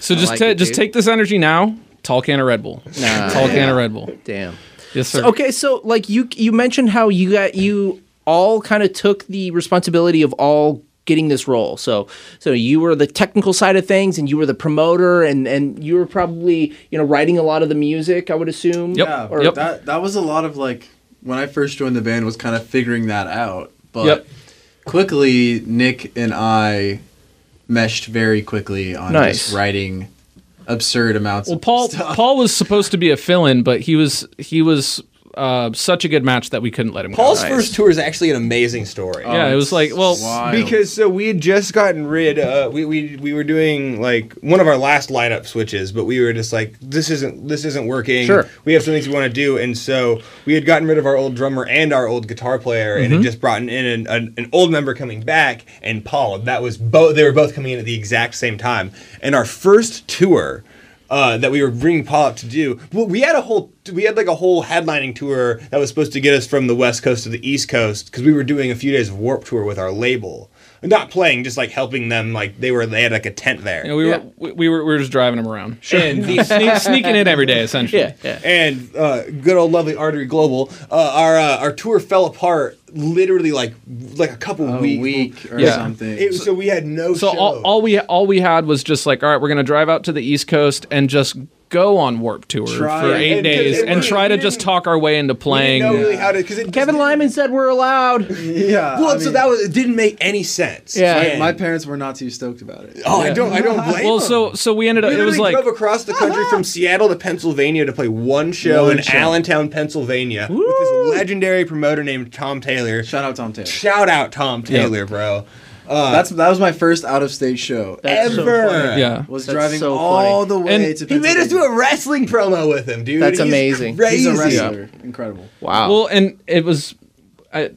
S4: So just
S3: like
S4: ta-
S3: it,
S4: just
S3: dude.
S4: take this energy now. Tall can of Red Bull.
S3: Nah.
S4: Tall can of Red Bull.
S3: Damn.
S4: Yes, sir.
S3: Okay, so like you you mentioned how you got you all kind of took the responsibility of all getting this role. So so you were the technical side of things and you were the promoter and and you were probably, you know, writing a lot of the music, I would assume.
S4: Yep.
S7: Yeah,
S4: Or- Yep.
S7: that that was a lot of like when I first joined the band was kind of figuring that out. But
S4: Yep.
S7: quickly, Nick and I meshed very quickly on
S3: Nice.
S7: just writing absurd amounts.
S4: Well,
S7: of
S4: Paul
S7: stuff.
S4: Paul was supposed to be a fill-in, but he was he was uh, such a good match that we couldn't let him go.
S5: Paul's first tour is actually an amazing story.
S4: yeah, it was like well,
S7: Wild.
S5: Because so we had just gotten rid. Uh, we we we were doing like one of our last lineup switches, but we were just like, this isn't this isn't working.
S3: Sure.
S5: we have some things we want to do, and so we had gotten rid of our old drummer and our old guitar player,
S4: Mm-hmm.
S5: and had just brought in an, an, an old member coming back and Paul. That was both. They were both coming in at the exact same time, and our first tour. Uh, that we were bringing Paul up to do. Well, we had a whole, we had like a whole headlining tour that was supposed to get us from the West Coast to the East Coast because we were doing a few days of Warp Tour with our label, not playing, just like helping them. Like they were, they had like a tent there.
S4: you know, we,
S3: Yeah.
S4: were, we, we were we were just driving him around,
S5: And these
S4: Sne- sneaking in every day essentially.
S3: Yeah. yeah.
S5: and uh, good old lovely Artery Global, uh, our uh, our tour fell apart literally like like a couple
S7: a
S5: weeks.
S7: week or
S4: Yeah.
S7: something.
S5: It, so, we had no
S4: So
S5: show.
S4: all, all we all we had was just like, all right, we're gonna drive out to the East Coast and just go on Warp Tour
S7: Try
S4: for
S7: it.
S4: eight
S5: And-
S4: days
S5: and
S4: and
S5: we-
S4: try
S5: we
S4: to just
S5: didn't-
S4: talk our way into
S5: we didn't
S4: playing.
S5: know really how to because
S3: Kevin Lyman said we're allowed.
S7: yeah,
S5: Well,
S7: I
S5: so
S7: mean,
S5: that was it. Didn't make any sense.
S3: Yeah.
S7: my,
S5: And-
S7: my parents were not too stoked about it.
S5: Oh, I don't. I don't blame.
S4: Well,
S5: them.
S4: so so we ended up.
S5: We
S4: It was
S5: literally
S4: like
S5: drove across the country from Seattle to Pennsylvania to play one show
S7: One
S5: in
S7: show.
S5: Allentown, Pennsylvania, with this legendary promoter named Tom Taylor.
S7: Shout out Tom Taylor.
S5: Shout out Tom Taylor, bro. Uh,
S7: That's that was my first out of state show.
S3: That's so
S5: Ever.
S3: funny.
S4: yeah.
S7: was
S3: That's
S7: driving
S3: so
S7: all the way
S4: And
S7: to.
S5: He made us do
S7: Pennsylvania.
S5: a wrestling promo with him, dude.
S3: That's
S5: He's
S3: amazing.
S5: Crazy.
S7: He's a wrestler. Incredible.
S3: Wow.
S4: Well, and it was. I,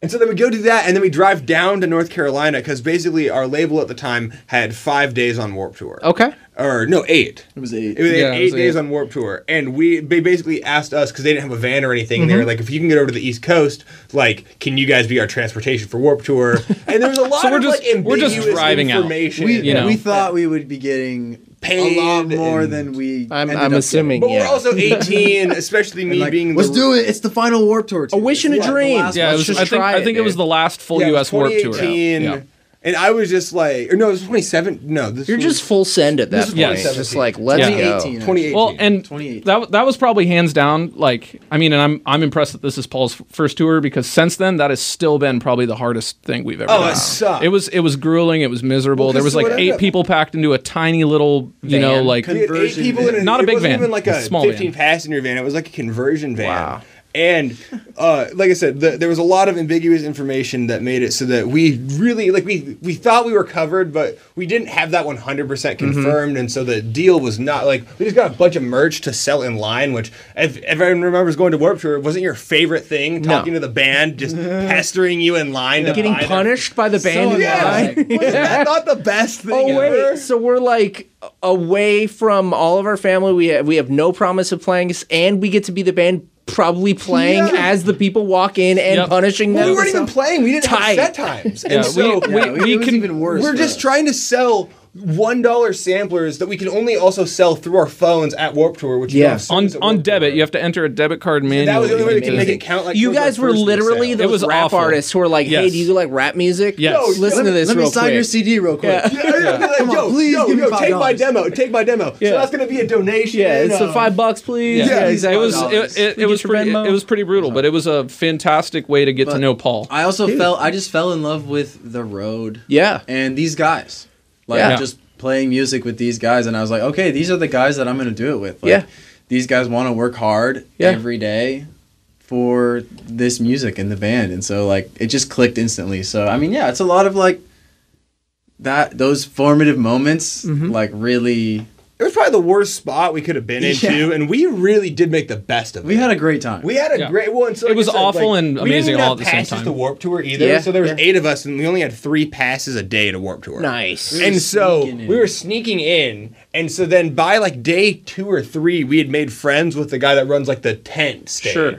S5: And so then we go do that, and then we drive down to North Carolina because basically our label at the time had five days on Warp Tour.
S3: okay.
S5: Or no, eight.
S7: It was eight.
S5: It was, they
S4: Yeah,
S5: had
S4: it
S5: eight
S4: was
S5: days
S4: eight.
S5: on Warp Tour, and we they basically asked us because they didn't have a van or anything. and They were
S3: Mm-hmm.
S5: like, "If you can get over to the East Coast, like, can you guys be our transportation for Warp Tour?" And there was a lot
S4: we're
S5: of
S4: just-
S5: like
S4: we're just
S5: ambiguous
S4: driving out.
S5: information.
S7: we,
S4: you know.
S7: we thought we would be getting
S5: Paid
S7: a lot more
S5: and-
S7: than we.
S3: I'm
S7: ended
S3: I'm
S7: up
S3: assuming
S5: but
S3: yeah.
S5: we're also eighteen, especially me
S7: getting. Like,
S5: being.
S7: let's
S5: the,
S7: do it. It's the final warp tour.
S3: A wish and a dream.
S4: Yeah, it was,
S3: just
S4: I think
S3: try
S4: I
S3: it,
S4: think it was
S3: dude.
S4: the last full
S5: Yeah, it
S4: U.S.
S5: was
S4: Warp Tour.
S5: 2018,
S4: Yeah.
S5: And I was just like, or no, it was 27. No, this
S3: You're
S5: was
S3: just full send at that
S5: is
S3: point.
S4: yes.
S3: Just like let's
S4: Yeah.
S3: go.
S7: 2018.
S5: 2018.
S4: Well, and
S7: 2018.
S4: that that was probably hands down. Like, I mean, and I'm I'm impressed that this is Paul's f- first tour because since then that has still been probably the hardest thing we've ever.
S5: Oh, it
S4: done.
S5: sucked.
S4: It was it was grueling. It was miserable.
S5: Well,
S4: there was
S5: 'cause
S4: like
S5: what
S4: eight
S5: happened-
S4: people packed into a tiny little, you know,
S3: Van.
S4: like
S5: We had eight
S7: Conversion
S5: people in
S7: van.
S5: a,
S4: Not a
S5: it
S4: big
S5: wasn't
S4: van.
S5: even like
S4: It's
S5: a
S4: a small van.
S5: 15 passenger van. It was like a conversion van.
S3: Wow.
S5: And uh, like I said, the, there was a lot of ambiguous information that made it so that we really like we we thought we were covered, but we didn't have that 100% confirmed, and so the deal was not like we just got a bunch of merch to sell in line. Which if, if everyone remembers going to Warp Tour, it wasn't your favorite thing talking to the band, just pestering you in line, to
S3: Getting
S5: buy their-
S3: punished by the band. in
S5: Yeah,
S3: line.
S5: wasn't that not the best thing?
S3: Oh
S5: ever?
S3: wait, so we're like a- away from all of our family. We have, we have no promise of playing, s- and we get to be the band probably playing as the people walk in and
S4: Yep.
S3: punishing
S5: Well,
S3: them.
S5: we weren't even playing. We didn't
S3: Tight.
S5: have set times.
S4: Yeah,
S5: And so
S4: we, we,
S7: Yeah, it
S4: we
S7: was
S4: can
S7: even worse.
S5: we're
S7: for
S5: just
S7: us.
S5: trying to sell one dollar samplers that we can only also sell through our phones at Warp Tour, which
S3: Yeah.
S5: is
S4: on on debit, you have to enter a debit card manually.
S5: that was the only way we
S4: Amazing.
S5: could make it count. Like
S3: you
S5: towards our
S3: guys were
S5: first big
S3: literally
S5: sale.
S4: It
S3: those
S4: was
S3: rap
S4: awful.
S3: artists who were like, "Hey,
S4: Yes.
S3: do you like rap music?
S4: Yes. Yo,
S3: listen to this
S7: Let me
S3: real
S7: sign
S3: quick.
S7: your CD real quick.
S5: Yeah, yeah, yeah,
S7: Come on,
S5: yo,
S7: please
S5: yo,
S7: give me
S5: yo,
S7: five
S5: take my
S7: dollars.
S5: demo, take my demo.
S3: Yeah.
S5: So that's gonna be a donation.
S3: Yeah, it's
S5: of-
S3: a five bucks, please.
S5: Yeah,
S4: It was it, it, it was pretty it was pretty brutal, but it was a fantastic way to get to know Paul.
S7: I also fell. I just fell in love with the road.
S3: Yeah.
S7: and these guys, like
S3: Yeah.
S7: just playing music with these guys, and I was like, okay, these are the guys that I'm gonna do it with. Like,
S3: Yeah.
S7: these guys want to work hard
S3: Yeah.
S7: every day for this music and the band, and so like it just clicked instantly. So I mean, yeah, it's a lot of like that. Those formative moments,
S4: Mm-hmm.
S7: like really,
S5: It was probably the worst spot we could have been into,
S7: Yeah.
S5: and we really did make the best of it.
S7: we had a great time.
S5: We had a
S4: Yeah.
S5: great one. So
S4: It
S5: like I
S4: was
S5: said,
S4: awful
S5: like,
S4: and
S5: we didn't
S4: amazing
S5: even
S4: all
S5: have
S4: at the same
S5: passes
S4: time.
S5: To Warp Tour either,
S3: Yeah,
S5: so there was
S3: yeah.
S5: eight of us, and we only had three passes a day to Warp Tour.
S3: Nice.
S5: And so
S7: sneaking in.
S5: we were sneaking in, and so then by like day two or three, we had made friends with the guy that runs like the tent stage.
S4: Sure.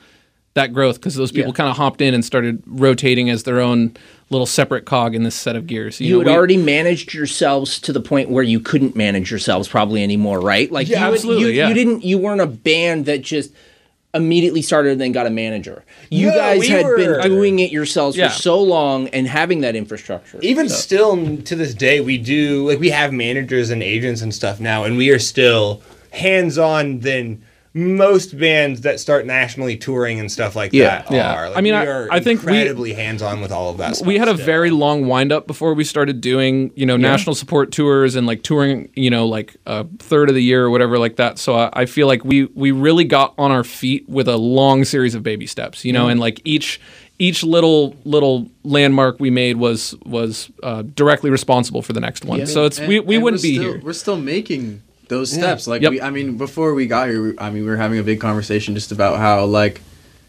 S4: that growth because those people
S3: Yeah.
S4: kind of hopped in and started rotating as their own little separate cog in this set of gears.
S3: You
S4: know,
S3: had
S4: we-
S3: already managed yourselves to the point where you couldn't manage yourselves probably anymore, right? Like
S4: Yeah,
S3: you, would-
S4: absolutely,
S3: you,
S4: yeah.
S3: you didn't you weren't a band that just immediately started and then got a manager. You
S5: No,
S3: guys
S5: we
S3: had
S5: were-
S3: been doing it yourselves
S4: Yeah.
S3: for so long and having that infrastructure.
S5: Even
S3: So-
S5: still n- to this day, we do like we have managers and agents and stuff now, and we are still hands on than most bands that start nationally touring and stuff like
S3: Yeah,
S5: that
S4: yeah.
S5: are. Like,
S4: I mean,
S5: we
S4: I-
S5: are
S4: I think we-
S5: incredibly hands on with all of that.
S4: we
S5: stuff
S4: had a
S5: still.
S4: very long wind up before we started doing you know national support tours and like touring you know like a third of the year or whatever like that so I, I feel like we we really got on our feet with a long series of baby steps you know and like each each little little landmark we made was was uh, directly responsible for the next one so it's we,
S7: And-
S4: we
S7: and
S4: wouldn't
S7: we're
S4: be
S7: still-
S4: here
S7: We're still making those steps. Like
S4: Yep.
S7: we, I mean, before we got here, we, I mean, we were having a big conversation just about how like,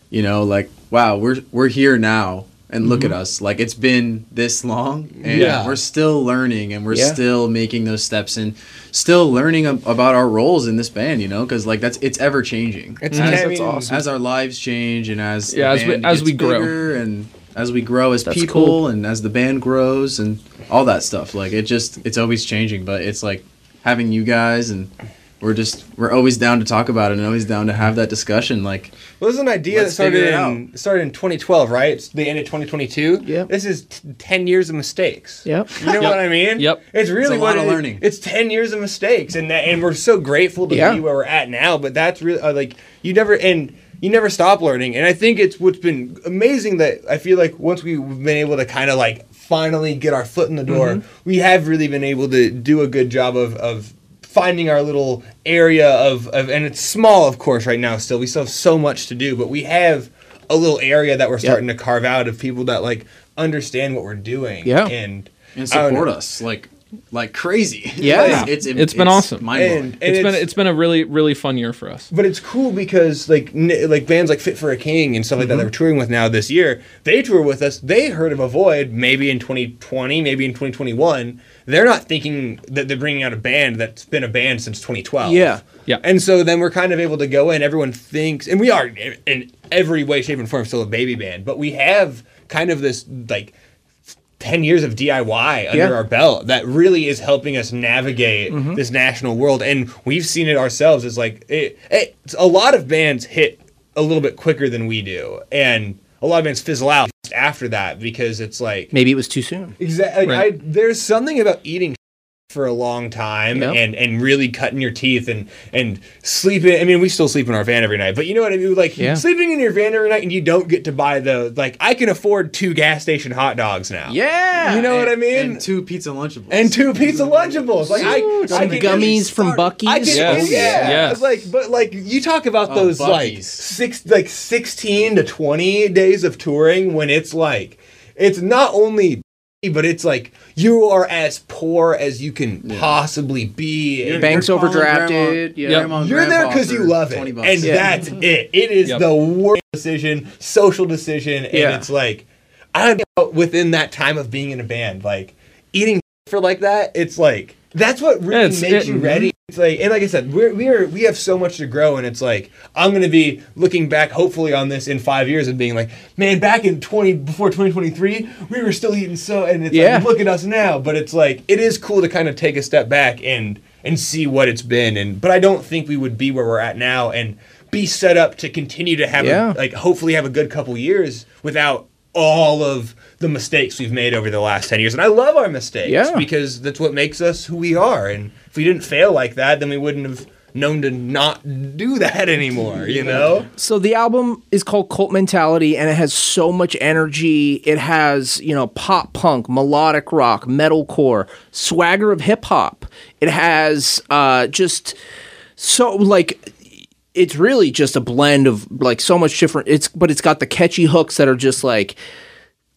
S7: you know, like wow, we're we're here now, and look
S5: Mm-hmm.
S7: at us. Like it's been this long, and
S5: Yeah.
S7: we're still learning, and we're
S3: Yeah.
S7: still making those steps, and still learning ab- about our roles in this band. You know, because like that's it's ever changing.
S5: It's-
S7: as,
S5: I mean-
S7: as our lives change, and as the
S4: Yeah, as we-
S7: band
S4: as
S7: gets
S4: we grow.
S7: bigger and as we grow as
S3: That's
S7: people
S3: cool.
S7: and as the band grows and all that stuff like it just it's always changing but it's like having you guys and we're just we're always down to talk about it and always down to have that discussion like
S5: Well, this is an idea
S7: Let's
S5: that started
S7: figure it
S5: in started in 2012, right? It's the end of 2022.
S3: Yep.
S5: This is t- 10 years of mistakes.
S3: Yep.
S5: You know what I mean?
S4: Yep.
S5: It's really
S7: a
S5: what
S7: lot of
S5: it-
S7: learning.
S5: It's 10 years of mistakes, and that, and we're so grateful to
S3: Yeah.
S5: be where we're at now. But that's really uh, like you never and you never stop learning. And I think it's what's been amazing that I feel like once we've been able to kind of like finally get our foot in the door,
S3: Mm-hmm.
S5: we have really been able to do a good job of of finding our little area of, of and it's small of course right now still we still have so much to do but we have a little area that we're starting to carve out of people that like understand what we're doing
S3: Yeah.
S5: and
S7: and
S5: I don't
S7: support
S5: know.
S7: us like like crazy
S3: Yeah.
S7: Like, it's,
S4: It's been awesome.
S7: mind-blowing.
S5: And-
S4: it's been
S5: it's-
S4: it's been a really really fun year for us
S5: but it's cool because like n- like bands like Fit for a King and stuff like that
S4: Mm-hmm.
S5: that we're touring with now this year, they tour with us. They heard of a void maybe in 2020, maybe in 2021. They're not thinking that they're bringing out a band that's been a band since 2012.
S3: Yeah.
S4: Yeah.
S5: And so then we're kind of able to go in. Everyone thinks, and we are in- in every way, shape, and form still a baby band, but we have kind of this like 10 years of DIY under
S3: Yeah.
S5: our belt that really is helping us navigate
S3: Mm-hmm.
S5: this national world. And we've seen it ourselves. It's like it, it's a lot of bands hit a little bit quicker than we do. And a lot of bands fizzle out after that because it's like,
S3: Maybe it was too soon.
S5: exactly.
S4: Right.
S5: there's something about eating for a long time
S3: Yeah.
S5: and, and really cutting your teeth and, and sleeping. I mean, we still sleep in our van every night, but you know what I mean? Like
S3: Yeah.
S5: sleeping in your van every night and you don't get to buy the, like I can afford two gas station hot dogs now.
S3: Yeah.
S5: You know what I mean?
S7: and two pizza lunchables
S5: and two pizza lunchables. Like I, I
S3: some
S5: can-
S3: gummies from Bucky's.
S5: I can,
S4: Yes.
S5: yeah,
S4: Yes.
S5: like but like you talk about
S7: Oh,
S5: those like
S7: Buc-ee's.
S5: six like sixteen to twenty days of touring when it's like it's not only but it's like you are as poor as you can possibly be. And
S3: Banks
S7: You're calling
S3: overdrafted,
S7: grandma-
S3: yeah.
S7: grandma and
S5: you're there
S7: grandpa
S5: because you
S7: for
S5: love it,
S7: 20 bucks.
S5: and that's it. It is
S4: Yep.
S5: the worst decision, social decision, and
S3: Yeah.
S5: it's like I don't know. Within that time of being in a band, like eating for like that, it's like that's what really
S4: it's-
S5: makes
S4: it-
S5: you ready. It's like, and like I said, we're we're we have so much to grow, and it's like I'm gonna be looking back, hopefully, on this in five years and being like, man, back in 20 before 2023, we were still eating so, and it's
S3: Yeah.
S5: like look at us now. But it's like it is cool to kind of take a step back and and see what it's been, and but I don't think we would be where we're at now, and be set up to continue to have
S3: Yeah.
S5: a, like hopefully have a good couple years without all of the mistakes we've made over the last 10 years and i love our mistakes
S3: Yeah.
S5: because that's what makes us who we are and if we didn't fail like that then we wouldn't have known to not do that anymore you know
S3: So the album is called Cult Mentality and it has so much energy. It has, you know, pop punk, melodic rock, metalcore, swagger of hip hop. It has uh just so like it's really just a blend of like so much different it's but it's got the catchy hooks that are just like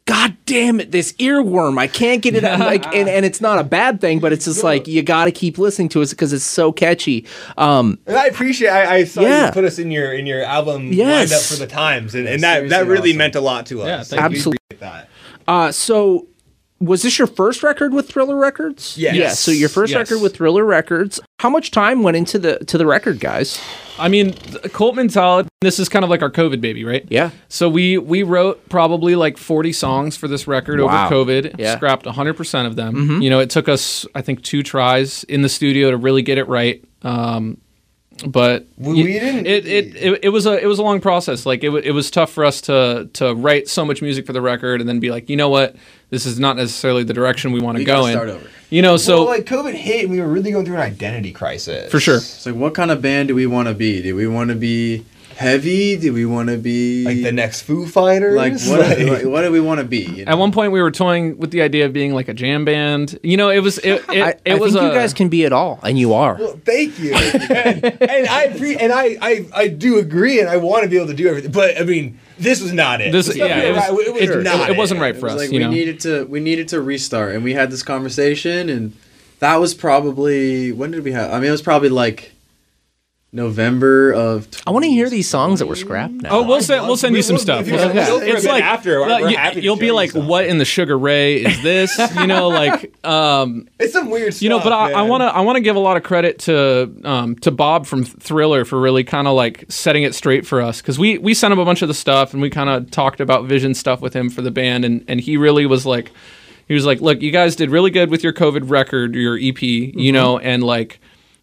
S3: God damn it, this earworm. I can't get it out. Like, and, and it's not a bad thing, but it's just like, you got to keep listening to it because it's so catchy. Um,
S5: and i appreciate i, I saw
S3: Yeah.
S5: you put us in your in your album
S3: Yes.
S5: lined up for the times and, and that that really meant a lot to us
S4: thank
S5: We
S3: you.
S5: appreciate that
S3: Uh, so was this your first record with Thriller Records?
S5: Yes.
S3: Yeah. So your first
S5: Yes.
S3: record with Thriller Records. How much time went into the to the record, guys?
S4: I mean, th- Cult Mentality. This is kind of like our COVID baby, right?
S3: Yeah.
S4: So we we wrote probably like 40 songs for this record
S3: Wow.
S4: over COVID.
S3: Yeah. Mm-hmm.
S4: Scrapped 100% of them. You know, it took us I think two tries in the studio to really get it right. Um, but
S5: We- we didn't-
S4: It, it, it, it was a it was a long process. Like it, wa- it was tough for us to to write so much music for the record and then be like, you know what, this is not necessarily the direction we want to
S7: We
S4: go in.
S7: gotta start over.
S4: You know, so
S5: well, like COVID hit, and we were really going through an identity crisis
S4: for sure.
S7: It's like, what kind of band do we want to be? Do we want to be heavy? Do we want to be
S5: Like the next Foo Fighters,
S7: like what? like, what do we want to be? you
S4: At
S7: know?
S4: one point, we were toying with the idea of being like a jam band. You know, it was it it,
S3: I,
S4: it
S3: I
S4: was
S3: think
S4: a,
S3: you guys can be it all, and you are.
S5: Thank you. and, and I pre- and I, I I do agree, and I want to be able to do everything. But I mean, this was not it.
S4: This-
S5: The stuff
S4: yeah,
S5: we
S4: it was-
S5: were- it was
S4: it-
S5: not.
S4: it wasn't right for
S7: It was
S4: us,
S7: like
S4: you
S7: we
S4: know?
S7: needed to we needed to restart, and we had this conversation, and that was probably when did we have? I mean, it was probably like November of.
S3: I want to hear these songs that were scrapped now.
S4: Oh, we'll send we'll send you some stuff.
S5: if you- if you'll rip it after, we're- we're happy to
S4: will
S5: show
S4: be
S5: you
S4: like,
S5: stuff.
S4: what in the Sugar Ray is this? you know, like um,
S5: It's some weird stuff.
S4: you know. But I, I
S5: man.
S4: wanna I wanna give a lot of credit to um, to Bob from Thriller for really kind of like setting it straight for us because we we sent him a bunch of the stuff and we kind of talked about vision stuff with him for the band and and he really was like he was like, look, you guys did really good with your COVID record, your EP, you
S5: Mm-hmm.
S4: know, and like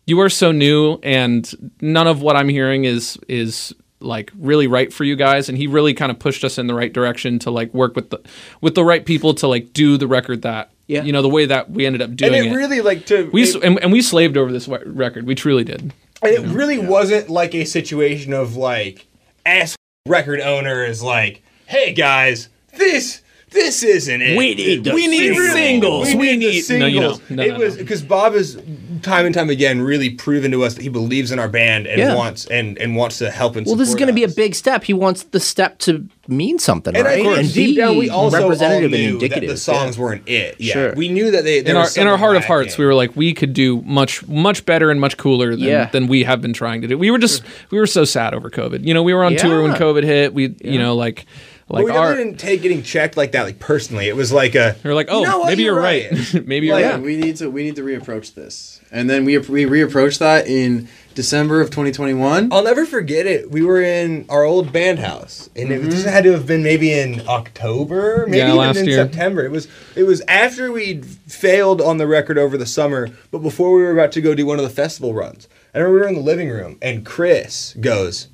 S4: you are so new and none of what i'm hearing is is like really right for you guys and he really kind of pushed us in the right direction to like work with the with the right people to like do the record that
S3: Yeah.
S4: you know the way that we ended up doing
S5: And
S4: it,
S5: it really like to
S4: we
S5: it-
S4: s and, and we slaved over this w- record we truly did
S5: And it really wasn't like a situation of like ass record owner is like, hey guys, this this isn't it.
S3: We need the
S5: we need
S3: singles.
S5: singles. We need, the
S4: No, you
S5: singles.
S4: don't. No,
S5: it
S4: no,
S5: was
S4: no.
S5: because Bob has time and time again really proven to us that he believes in our band and
S3: Yeah.
S5: wants and and wants to help and.
S3: well, this is
S5: going
S3: going to be a big step. He wants the step to mean something,
S5: And
S3: right?
S5: I think
S3: and
S5: deep down, we also
S3: representative
S5: all knew
S3: and indicative.
S5: that the songs
S3: yeah.
S5: weren't it. Yeah,
S3: Sure.
S5: we knew that they. there
S4: in our
S5: was
S4: in our
S5: something
S4: heart of
S5: lacking.
S4: hearts we were like we could do much much better and much cooler than,
S3: Yeah.
S4: than we have been trying to do we were just we were so sad over covid you know we were on tour when
S3: Yeah.
S4: covid hit we you know like like
S5: But we
S4: our
S5: never didn't take getting checked like that, like personally. It was like a.
S4: we were like oh
S5: You know what?
S4: maybe you're, right, maybe you're
S5: Like,
S4: right
S7: Yeah, we need to we need to reapproach this, and then we we reapproached that in December of 2021.
S5: I'll never forget it. We were in our old band house, and it just had to have been maybe in October, maybe
S4: Mm-hmm. Yeah,
S5: even
S4: last
S5: in
S4: year.
S5: September. It was it was after we'd failed on the record over the summer, but before we were about to go do one of the festival runs. And we were in the living room, and Chris goes,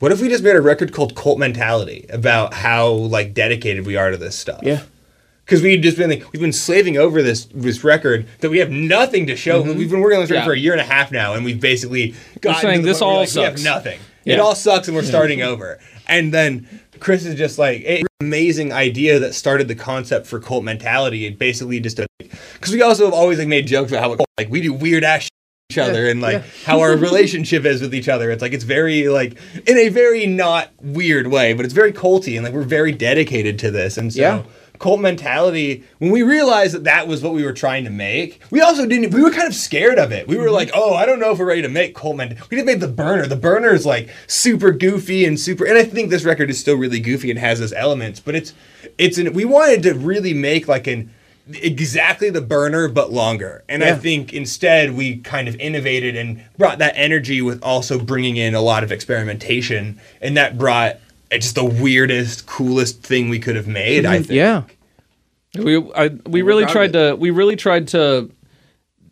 S5: "What if we just made a record called Cult Mentality about how like dedicated we are to this stuff?"
S3: Yeah.
S5: Because we've just been like, we've been slaving over this this record that we have nothing to show. We've been working on this record
S4: Mm-hmm. Yeah.
S5: for a year and a half now, and we've basically gotten
S4: saying
S5: to the
S4: this
S5: point where
S4: all
S5: we're like,
S4: sucks.
S5: We have nothing. It
S4: Yeah.
S5: all sucks, and we're starting over. And then Chris is just like "Hey, amazing idea that started the concept for cult mentality. It basically just because we also have always like made jokes about how like we do weird ass shit to each other and like how our relationship is with each other. It's like it's very like in a very not weird way, but it's very culty and like we're very dedicated to this. And so
S3: Yeah.
S5: cult mentality when we realized that that was what we were trying to make we also didn't we were kind of scared of it we were like oh i don't know if we're ready to make cult mentality we just made the burner the burner is like super goofy and super and i think this record is still really goofy and has those elements but it's it's an we wanted to really make like an exactly the burner but longer and i
S3: Yeah.
S5: think instead we kind of innovated and brought that energy with also bringing in a lot of experimentation and that brought uh, just the weirdest coolest thing we could have made i think
S3: Mm-hmm. Yeah.
S4: we I, we really tried to we really tried to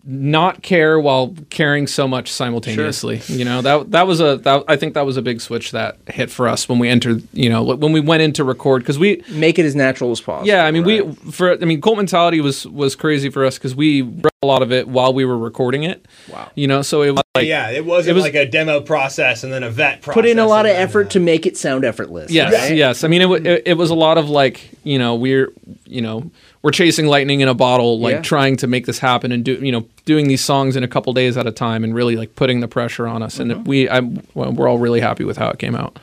S4: not care while caring so much simultaneously you know that that was a that, i think that was a big switch that hit for us when we entered you know when we went in to record because we
S3: Make it as natural as possible.
S4: yeah i mean we for i mean cult mentality was was crazy for us because we wrote a lot of it while we were recording it wow you know so it was like
S5: yeah, it wasn't
S4: it was-
S5: like a demo process and then a vet process.
S3: put in a lot of
S5: and then-
S3: effort to make it sound effortless.
S4: Yes,
S3: right?
S4: yes. I mean, it, wa- it, it was a lot of like, you know, we're, you know, we're chasing lightning in a bottle, like
S3: Yeah.
S4: trying to make this happen and do, you know, doing these songs in a couple days at a time and really like putting the pressure on us.
S3: Mm-hmm.
S4: And we, I, well, we're all really happy with how it came out.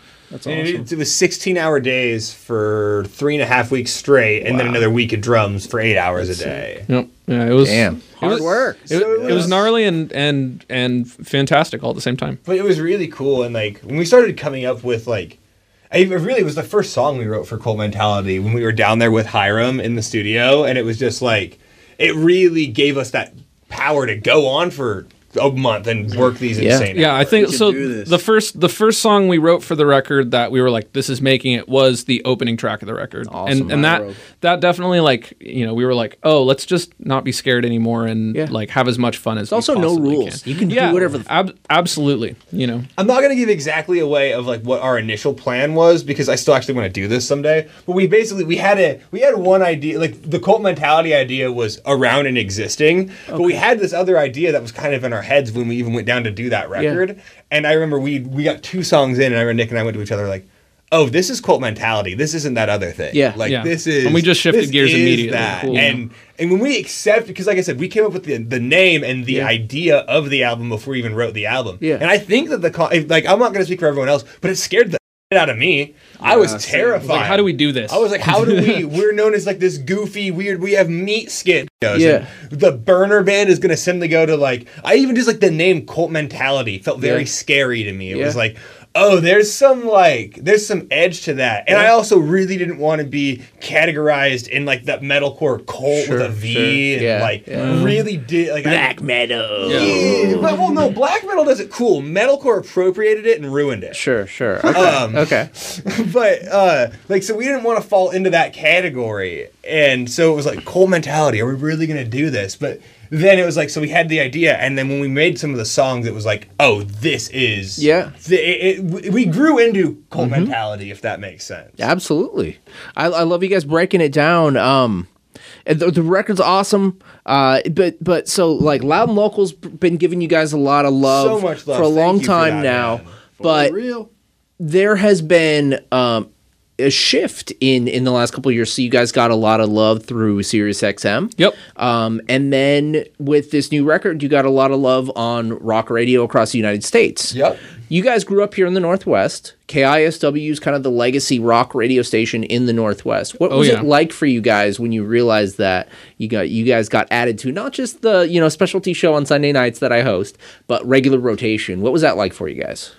S5: And it, it was 16 hour days for three and a half weeks straight, and then another week of drums for eight hours a day.
S4: Yep. Yeah. It was.
S3: Damn. Hard
S4: was-
S3: work.
S4: It, it was gnarly and and and fantastic all at the same time.
S5: But it was really cool, and like when we started coming up with like, It really was the first song we wrote for Cold Mentality when we were down there with Hiram in the studio, and it was just like it really gave us that power to go on for a month and work these
S3: Yeah.
S5: insane.
S4: Yeah, I think
S7: We could
S4: so.
S7: do this.
S4: The first the first song we wrote for the record that we were like, this is making it was the opening track of the record, and and that that definitely like you know we were like, oh, let's just not be scared anymore and
S3: Yeah.
S4: like have as much fun as.
S3: There's also no rules. You can do whatever the f-
S4: ab- absolutely. You know,
S5: I'm not gonna give exactly away of like what our initial plan was because I still actually want to do this someday. But we basically we had a we had one idea like the cult mentality idea was around and existing, but we had this other idea that was kind of in our heads when we even went down to do that record. And I remember we we got two songs in, and I remember Nick and I went to each other like, "Oh, this is cult mentality. This isn't that other thing.
S3: Yeah.
S5: like
S4: Yeah.
S5: this is."
S4: And we just shifted
S5: this
S4: gears
S5: is
S4: immediately.
S5: that.
S4: Cool.
S5: And and when we accept, because like I said, we came up with the, the name and the idea of the album before we even wrote the album.
S3: Yeah.
S5: And I think that the, co- if- like, I'm not going to speak for everyone else, but it scared the shit out of me. I was terrified.
S4: like how do we do this?
S5: I was like, how do we? We're known as like this goofy, weird. We have meat skin. shows, and The burner band is gonna suddenly go to like. I even just like the name cult mentality felt very
S3: Yeah.
S5: scary to me. It was
S3: Yeah.
S5: like, oh, there's some like, there's some edge to that. And I also really didn't want to be categorized in like that metalcore cult with a V and
S3: Yeah,
S5: like
S3: yeah.
S5: really did like I-
S3: Black metal.
S5: Yeah, but well, no, black metal does it cool. Metalcore appropriated it and ruined it. Um,
S3: Sure, sure. Okay. okay.
S5: But uh, like, so we didn't want to fall into that category, and so it was like cold mentality. Are we really gonna do this? But then it was like, so we had the idea, and then when we made some of the songs, it was like, oh, this is
S3: Yeah. Mm-hmm.
S5: The, it, it- we grew into cold mentality, if that makes sense.
S3: Absolutely. I, I love you guys breaking it down. Um, and the, the record's awesome. Uh, but but so like Loud and Local's been giving you guys a lot of love,
S5: So much love.
S3: for a
S5: Thank
S3: long
S5: you for
S3: time
S5: that,
S3: now.
S5: man.
S3: But
S7: real.
S3: there has been um, a shift in in the last couple of years. So you guys got a lot of love through Sirius XM.
S4: Yep.
S3: Um, and then with this new record, you got a lot of love on rock radio across the United States.
S5: Yep.
S3: You guys grew up here in the Northwest. KISW is kind of the legacy rock radio station in the Northwest. What
S4: Oh,
S3: was
S4: yeah.
S3: it like for you guys when you realized that you got you guys got added to not just the you know specialty show on Sunday nights that I host, but regular rotation? What was that like for you guys?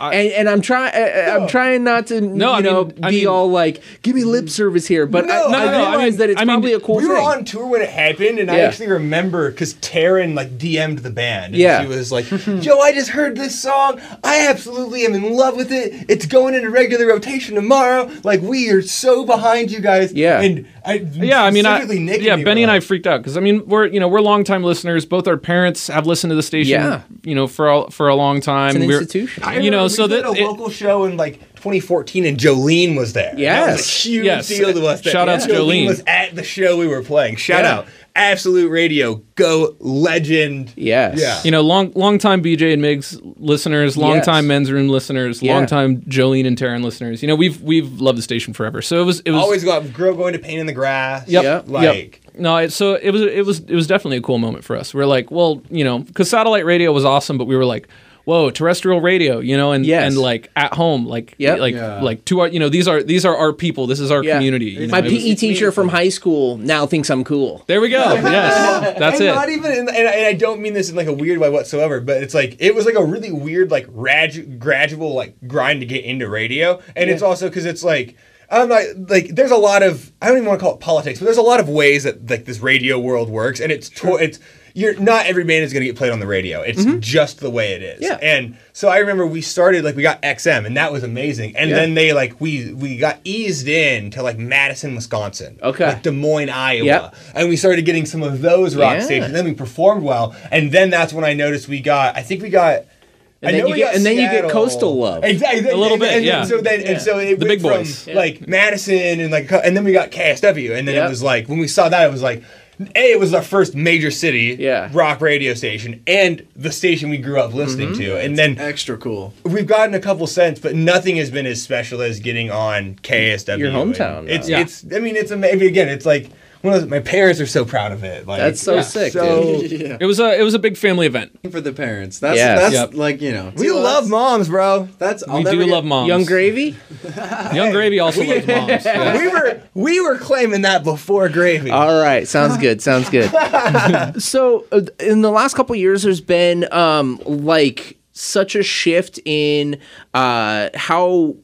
S3: and, and I'm uh, trying. I'm trying not to,
S4: No,
S3: you
S4: I
S3: know,
S4: mean-
S3: be
S4: I mean-
S3: all like, "Give me lip service here," but I,
S5: No,
S3: I
S5: no, no, I
S3: realize
S4: mean-
S3: that it's
S4: I mean,
S3: probably a cool
S5: we
S3: thing.
S5: were on tour when it happened, and I
S3: Yeah.
S5: actually remember because Taryn like DM'd the band. And
S3: Yeah.
S5: she was like, "Yo, I just heard this song. I absolutely am in love with it. It's going into regular rotation tomorrow. Like we are so behind you guys."
S3: Yeah.
S5: and I
S4: yeah, I mean, I,
S5: specifically Nick
S4: yeah,
S5: me
S4: Benny
S5: were
S4: and I
S5: like,
S4: freaked out because I mean, we're you know we're longtime listeners. Both our parents have listened to the station,
S3: Yeah.
S4: you know, for all, for a long time.
S3: an
S4: We're-
S3: institution. I
S4: you know,
S5: remember
S4: so
S5: we did
S4: that
S5: a
S4: it-
S5: local show in like 2014, and Jolene was there. that was a
S3: Yes.
S5: huge
S4: Yes.
S5: deal to us. that
S4: Shout outs Jolene.
S5: was at the show we were playing. Shout
S3: Yeah.
S5: out, Absolute Radio, go legend.
S3: Yes.
S5: Yeah.
S4: you know, long long time BJ and Migs listeners, long
S3: Yes.
S4: time Men's Room listeners,
S3: Yeah.
S4: long time Jolene and Taryn listeners. You know, we've we've loved the station forever. So it was it was
S5: Always go out, girl going to pain in the grass.
S4: Yep.
S3: Yep.
S5: Like
S4: no. It, so it was it was it was definitely a cool moment for us. We're like, well, you know, because satellite radio was awesome, but we were like. Whoa, terrestrial radio, you know, and
S3: Yes.
S4: and like at home, like
S3: Yep.
S4: like
S7: Yeah.
S4: like to our, you know, these are these are our people. This is our
S3: Yeah.
S4: community. you know,
S3: My E
S4: it was-
S3: PE teacher from high school now thinks I'm cool.
S4: There we go. Yes, that's
S5: and
S4: it.
S5: Not even, in, and, I- and I don't mean this in like a weird way whatsoever, but it's like it was like a really weird, like rad, gradual, like grind to get into radio, and it's also because it's like. I'm not like there's a lot of I don't even want to call it politics, but there's a lot of ways that like this radio world works, and it's to- it's you're not every band is going to get played on the radio. It's just the way it is.
S3: Mm-hmm. Yeah.
S5: And so I remember we started like we got XM, and that was amazing. And then they like we we got eased in to like Madison, Wisconsin.
S3: Okay.
S5: Like Des Moines, Iowa
S3: Yep.
S5: and we started getting some of those rock
S3: Yeah.
S5: stations. And then we performed well, and then that's when I noticed we got. I think we got.
S3: And
S5: I
S3: then
S5: know
S3: you
S5: we
S3: get-
S5: got
S3: and then you get
S5: Seattle.
S3: coastal love.
S5: Exactly,
S4: A little
S5: and then-
S4: bit,
S5: and then-
S4: yeah.
S5: So then, and so it
S4: The
S5: went
S4: big
S5: from
S4: boys.
S5: like Madison and like, and then we got KSW, and then
S3: Yep.
S5: it was like when we saw that, it was like. A, it was our first major city
S3: Yeah.
S5: rock radio station and the station we grew up listening
S4: Mm-hmm.
S3: Mm-hmm.
S5: to. And then
S7: Extra cool.
S5: we've gotten a couple cents, but nothing has been as special as getting on KSW.
S3: Your hometown,
S5: And It's
S4: though. Yeah.
S5: it's. I mean, it's amazing. Again, it's like one of those, my parents are so proud of it. Like
S3: That's so sick,
S5: So
S4: It was a it was a big family event.
S7: For the parents. That's
S3: Yes.
S7: that's
S4: Yep.
S7: like, you know.
S5: we
S7: to us,
S5: love moms, bro.
S7: That's I'll
S4: we
S7: never
S4: do
S7: get-
S4: love moms.
S3: Young Gravy?
S4: Young Gravy also loves moms. Yeah.
S5: we were we were claiming that before gravy.
S3: All right, sounds good. Sounds good. so, uh, in the last couple years, there's been um, like such a shift in uh, how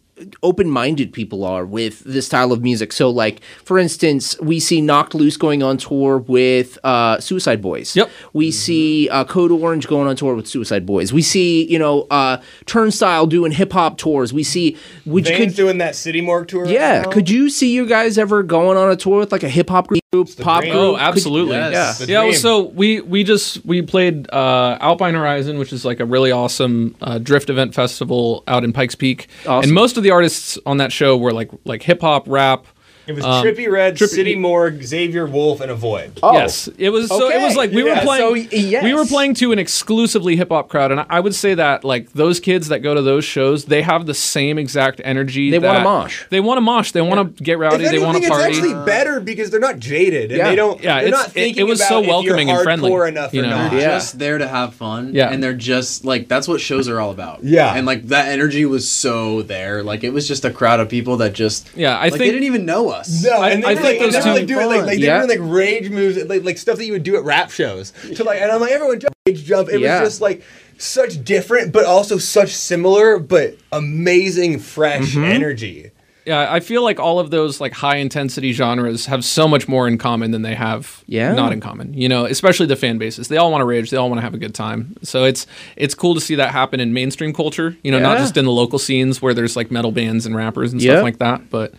S3: open-minded people are with this style of music. So, like for instance, we see Knocked Loose going on tour with uh, Suicide Boys.
S4: Yep.
S3: We see uh, Code Orange going on tour with Suicide Boys. We see you know uh, Turnstile doing hip hop tours. We see which
S5: Van's
S3: could
S5: doing that city morgue tour. Oh.
S3: yeah. Could you see you guys ever going on a tour with like a hip hop group, pop
S5: dream.
S3: group?
S4: Oh,
S3: Could-
S4: absolutely.
S7: Yes.
S4: Yeah.
S5: The
S4: Yeah. well,
S5: dream.
S4: So we we just we played uh, Alpine Horizon, which is like a really awesome uh, drift event festival out in Pikes Peak,
S3: Awesome.
S4: and most of the artists on that show were like like hip hop, rap.
S5: It was
S4: um,
S5: Trippy Red,
S4: Trippy-
S5: City Morgue, Xavier Wolf, and a Void.
S4: Yes, it was. So it was
S3: Okay.
S4: like we
S3: Yeah,
S4: were playing.
S3: so, yes.
S4: We were playing to an exclusively hip hop crowd, and I, I would say that like those kids that go to those shows, they have the same exact energy.
S3: They wanna
S4: that-
S3: mosh.
S4: They want to mosh. They want to get rowdy. they want to party.
S5: It's actually better because they're not jaded and
S3: Yeah.
S5: they don't.
S4: Yeah,
S5: they're
S4: it's-
S5: not
S4: it- it
S5: thinking
S4: was
S5: about
S4: so
S5: if you're
S4: welcoming and friendly,
S5: hardcore enough
S4: you
S5: or
S4: know.
S5: not.
S7: They're
S3: Yeah.
S7: just there to have fun.
S4: Yeah.
S7: And they're just like that's what shows are all about.
S5: Yeah.
S7: And like that energy was so there. Like it was just a crowd of people that just
S4: Yeah, I
S7: like, they
S4: think-
S7: didn't even know us.
S5: No,
S4: I-
S5: and they
S4: I
S5: were,
S4: think
S5: like,
S4: those
S5: they were,
S4: two-
S5: like doing like, like
S3: Yeah.
S5: they were doing, like rage moves, like like stuff that you would do at rap shows. To like, and I'm like everyone jump, rage jump. It
S3: Yeah.
S5: was just like such different, but also such similar, but amazing fresh
S4: Mm-hmm.
S5: energy.
S4: Yeah, I feel like all of those like high intensity genres have so much more in common than they have
S3: Yeah.
S4: not in common. You know, especially the fan bases. They all want to rage, they all want to have a good time. So it's it's cool to see that happen in mainstream culture, you know, not
S3: Yeah.
S4: just in the local scenes where there's like metal bands and rappers and
S3: Yeah.
S4: stuff like that, but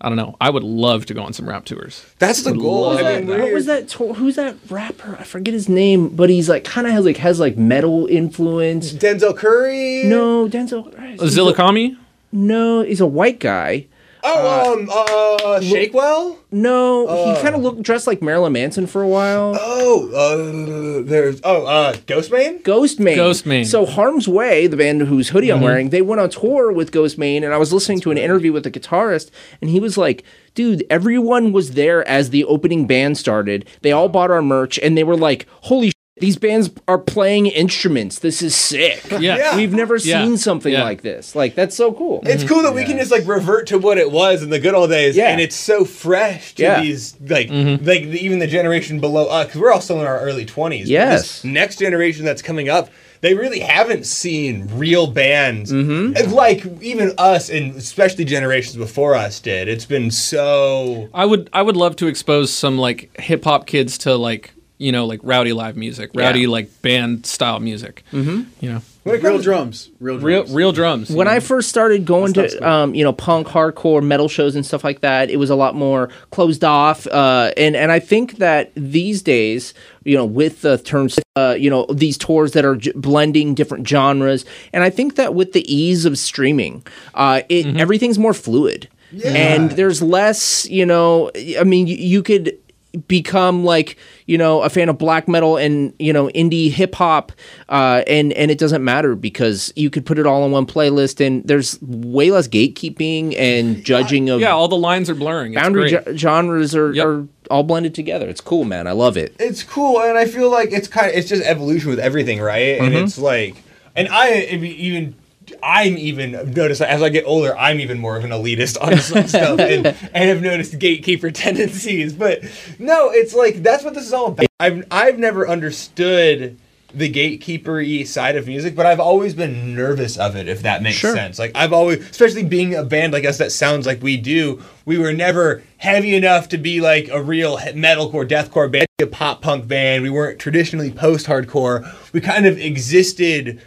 S4: I don't know. I would love to go on some rap tours.
S5: That's the goal.
S4: love
S5: I
S4: that.
S5: mean, we're-
S3: What was that? To- who's that rapper? I forget his name, but he's like kind of has like has like metal influence.
S5: Denzel Curry.
S3: No, Denzel. he's a-
S4: Oh, Zillikami?
S3: No, he's a white guy.
S5: Oh, um, uh, Shakewell. Uh.
S3: No, he kind of looked dressed like Marilyn Manson for a while.
S5: Oh, uh, there's oh, uh, Ghostman.
S3: Ghostmane.
S4: Ghostmane.
S3: So Harm's Way, the band whose hoodie
S4: Mm-hmm.
S3: I'm wearing, they went on tour with Ghostmane, and I was listening to an interview with the guitarist, and he was like, "Dude, everyone was there as the opening band started. They all bought our merch, and they were like, holy." Shit, these bands are playing instruments. This is sick.
S4: Yeah. Yeah.
S3: We've never
S4: Yeah.
S3: seen something
S4: Yeah. Mhm.
S3: like this. Like that's so cool.
S5: It's cool that we can just like revert to what it was in the good old days,
S3: Yeah.
S5: and it's so fresh to
S3: Yeah.
S5: these like like the, even the generation below us because we're all still in our early twenties.
S3: Yes.
S5: next generation that's coming up, they really haven't seen real bands
S3: Mm-hmm.
S5: And, like even us and especially generations before us did. It's been so
S4: I would I would love to expose some like hip hop kids to like you know, like rowdy live music, rowdy
S3: Yeah.
S4: like band style music. Mm-hmm. You know,
S7: Like, real drums. Real drums.
S4: real real drums. you
S3: when
S4: know?
S3: I first started going to um, you know punk, hardcore, metal shows and stuff like that, it was a lot more closed off. Uh, and and I think that these days, you know, with the terms, uh, you know, these tours that are j- blending different genres, and I think that with the ease of streaming, uh, it everything's more fluid. And there's less, you know, I mean, you, you could become like you know a fan of black metal and you know indie hip hop uh, and and it doesn't matter because you could put it all in one playlist and there's way less gatekeeping and judging of
S4: yeah, all the lines are blurring. It's
S3: boundary
S4: great.
S3: ge- genres are,
S4: Yep.
S3: are all blended together it's cool man i love it
S5: it's cool and i feel like it's kind of it's just evolution with everything right and it's like and i I mean, even i'm even notice that as i get older i'm even more of an elitist on some stuff and, and have noticed gatekeeper tendencies but no it's like that's what this is all about i've i've never understood the gatekeeper-y side of music but i've always been nervous of it if that makes
S3: Sure.
S5: sense like i've always especially being a band like us that sounds like we do we were never heavy enough to be like a real he- metalcore deathcore band a pop punk band we weren't traditionally post-hardcore we kind of existed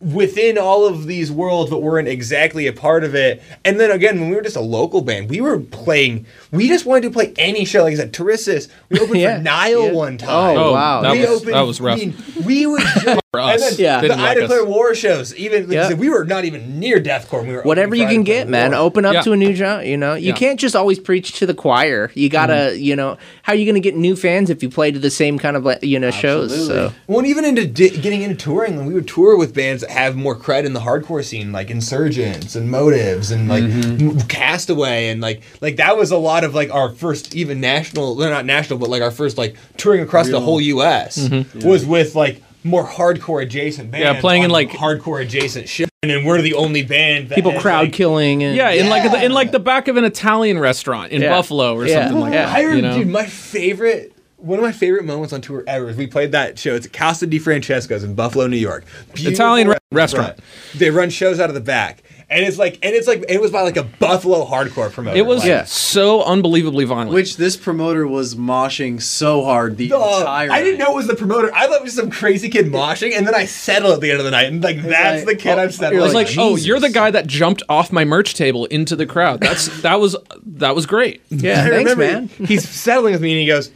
S5: within all of these worlds but weren't exactly a part of it and then again when we were just a local band we were playing we just wanted to play any show like i said Tarissus, we opened
S3: Yeah.
S5: for nile
S3: Yeah.
S5: one time
S3: Oh,
S4: Oh,
S3: Wow.
S4: that
S5: we
S4: was
S5: opened,
S4: that was rough.
S5: I mean, we would
S4: for us.
S5: and then
S3: Yeah.
S5: the
S4: Didn't
S5: I
S4: like us.
S5: Declare War shows, even like,
S3: Yeah.
S5: so we were not even near deathcore. when We were
S3: whatever
S5: opening
S3: you
S5: for
S3: can
S5: I Declare
S3: get man
S5: War.
S3: open up
S4: Yeah.
S3: to a new genre you know you
S4: Yeah.
S3: can't just always preach to the choir you gotta
S5: Mm-hmm.
S3: you know how are you gonna get new fans if you play to the same kind of like, you know shows so
S5: Well, and even into di- getting into touring, when we would tour with bands that have more cred in the hardcore scene, like Insurgents and Motives and
S3: Mm-hmm.
S5: like
S4: Mm-hmm.
S5: M- Castaway, and like like that was a lot of like our first even national, well, not national, but like our first like touring across the whole U.S.
S3: Mm-hmm.
S5: was with like more hardcore adjacent bands.
S4: playing in,
S5: on
S4: like-
S5: hardcore adjacent shit, and then we're the only band that
S3: people
S5: has,
S3: crowd
S5: like,
S3: killing and
S4: Yeah, in like the, in
S5: Yeah.
S4: like the back of an Italian restaurant in
S3: Yeah.
S4: Buffalo or
S3: Yeah.
S4: something like
S3: Yeah.
S4: that.
S5: I
S4: you know?
S5: dude, my favorite. One of my favorite moments on tour ever is we played that show. It's Casa di Francesco's in Buffalo, New York. Beautiful
S4: Italian re- restaurant.
S5: They run shows out of the back. and it's like, and it's like, it was by like a Buffalo hardcore promoter.
S4: It was
S5: Like,
S4: so unbelievably violent.
S7: Which this promoter was moshing so hard the
S5: uh,
S7: entire.
S5: I didn't
S7: night.
S5: know it was the promoter. I thought it was some crazy kid moshing, and then I settle at the end of the night, and like that's
S7: like,
S5: the kid
S7: oh,
S5: I'm
S4: I
S5: settling.
S4: was like,
S5: with.
S4: "Oh, you're the guy that jumped off my merch table into the crowd. That's that was that was great."
S3: Yeah,
S5: I
S3: thanks,
S5: remember
S3: man.
S5: He's settling with me, and he goes,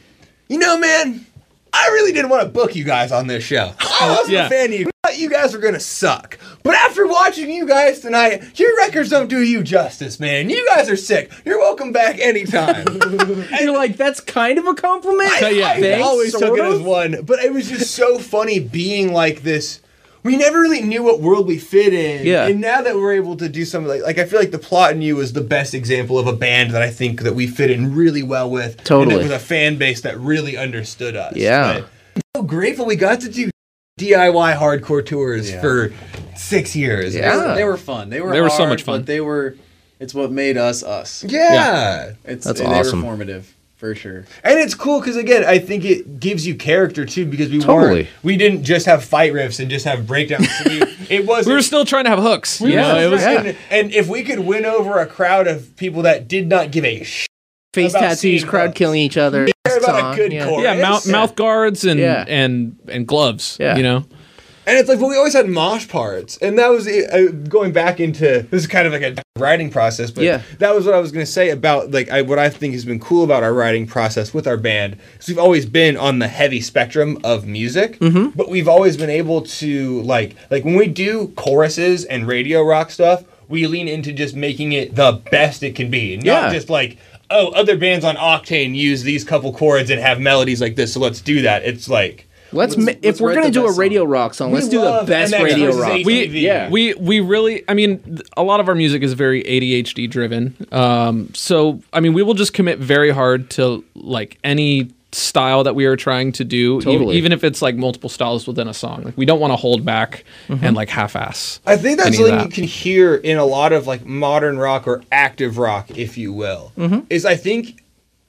S5: "You know, man, I really didn't want to book you guys on this show. I wasn't
S4: Yeah.
S5: a fan of you. I thought you guys were gonna suck. But after watching you guys tonight, your records don't do you justice, man. You guys are sick. You're welcome back anytime."
S3: And you're like, that's kind of a compliment.
S5: I, I
S3: Thanks,
S5: always
S3: sort
S5: took it
S3: of.
S5: as one, but it was just so funny being like this. We never really knew what world we fit in,
S3: Yeah.
S5: and now that we're able to do something like, like I feel like the plot in you is the best example of a band that I think that we fit in really well with.
S3: Totally.
S5: and it was a fan base that really understood us.
S3: Yeah.
S5: But so grateful we got to do DIY hardcore tours for six years.
S7: They
S3: Yeah.
S7: were- They were fun. They were.
S4: They were so
S7: hard,
S4: much fun.
S7: But they were. It's what made us us.
S5: yeah.
S7: It's
S3: That's
S7: they
S3: awesome.
S7: were formative for sure.
S5: And it's cool because again, I think it gives you character too because we
S3: Totally.
S5: weren't we didn't just have fight riffs and just have breakdowns. We- it was
S4: We were still trying to have hooks. you know?
S3: Yeah, it was-
S5: and, and if we could win over a crowd of people that did not give a shit
S3: Face
S5: About
S3: tattoos,
S5: seeing
S3: crowd
S5: bugs.
S3: killing each other.
S5: about
S3: Song,
S5: a good
S3: yeah.
S5: chorus,
S4: yeah, mouth, mouth guards and
S3: Yeah.
S4: and and gloves.
S3: Yeah.
S4: you know.
S5: and it's like well, we always had mosh parts, and that was uh, going back into this is kind of like a writing process, but
S3: Yeah.
S5: that was what I was going to say about like I, what I think has been cool about our writing process with our band is we've always been on the heavy spectrum of music,
S3: Mm-hmm.
S5: but we've always been able to like like when we do choruses and radio rock stuff, we lean into just making it the best it can be, not
S3: Yeah.
S5: just like oh other bands on Octane use these couple chords and have melodies like this, so let's do that. It's like
S3: Let's, ma-
S5: let's
S3: if we're
S5: write
S3: gonna
S5: the
S3: do a
S5: best
S3: radio
S5: song.
S3: rock song, let's
S5: We
S3: do the
S5: love
S3: best
S5: MX
S3: radio
S5: versus
S3: rock.
S5: AT.
S4: We
S5: TV.
S4: yeah. We we really. I mean, th- a lot of our music is very ADHD driven. Um, so I mean, we will just commit very hard to like any style that we are trying to do, e-
S3: Totally.
S4: even if it's like multiple styles within a song. Like we don't want to hold back
S3: Mm-hmm.
S4: and like half-ass.
S5: I think that's
S4: any of
S5: something
S4: that.
S5: you can hear in a lot of like modern rock or active rock, if you will.
S4: Mm-hmm.
S5: Is I think,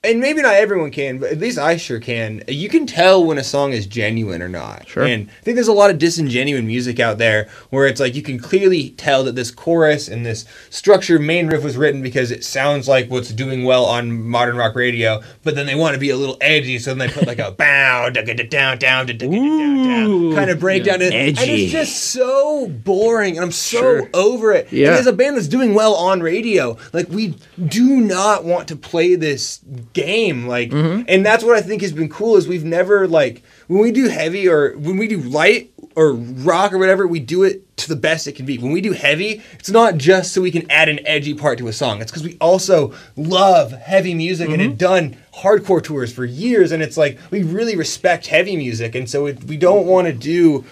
S5: and maybe not everyone can, but at least I sure can. You can tell when a song is genuine or not. Sure. And I think there's a lot of disingenuine music out there where it's like you can clearly tell that this chorus and this structure main riff was written because it sounds like what's doing well on modern rock radio, but then they want to be a little edgy, so then they put like a bow, da da da down, down, da da down, down, kind of breakdown. in it. And
S3: Edgy.
S5: it's just so boring and I'm so over it.
S3: Yeah.
S5: And as a band that's doing well on radio, like we do not want to play this game. Like and that's what I think has been cool is we've never like when we do heavy or when we do light or rock or whatever, we do it to the best it can be. When we do heavy, it's not just so we can add an edgy part to a song. It's because we also love heavy music and have done hardcore tours for years. And it's like we really respect heavy music. And so it, we don't want to do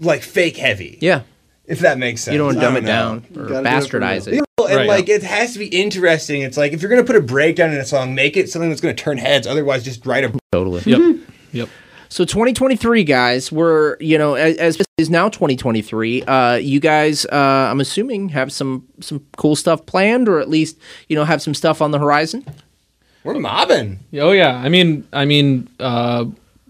S5: like fake heavy.
S3: Yeah,
S5: If that makes sense.
S3: you don't want to
S5: I
S3: dumb it
S5: know.
S3: down or bastardize it.
S5: Well, And
S4: Right.
S5: like it has to be interesting. It's like if you're gonna put a breakdown in a song, make it something that's gonna turn heads. Otherwise, just write a
S3: Totally. Mm-hmm.
S4: Yep. Yep.
S3: So 2023, guys, we're you know as, as this is now 2023. Uh, you guys, uh, I'm assuming, have some some cool stuff planned, or at least you know have some stuff on the horizon.
S5: we're mobbing.
S4: Oh yeah, I mean, I mean, uh,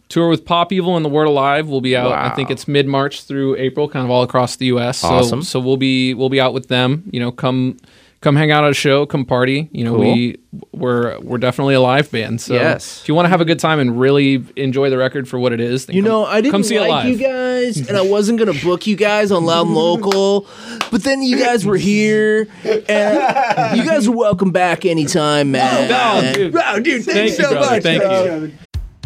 S4: tour with Pop Evil and the Word Alive will be out. I think it's mid March through April, kind of all across the U.S.
S3: Awesome.
S4: So, so we'll be we'll be out with them. You know, come come hang out at a show, come party. You know,
S3: Cool.
S4: we we're we're definitely a live band. So
S3: Yes.
S4: if you want to have a good time and really enjoy the record for what it is, then
S3: You
S4: come-
S3: know, I didn't
S4: come see it
S3: like
S4: live.
S3: you guys, and I wasn't gonna book you guys on Loud and Local, but then you guys were here, and you guys are welcome back anytime, man.
S4: Oh, dude.
S5: Wow, dude,
S4: Thank
S5: thanks
S4: you,
S5: so
S4: brother.
S5: much.
S4: Thank
S5: bro.
S4: you.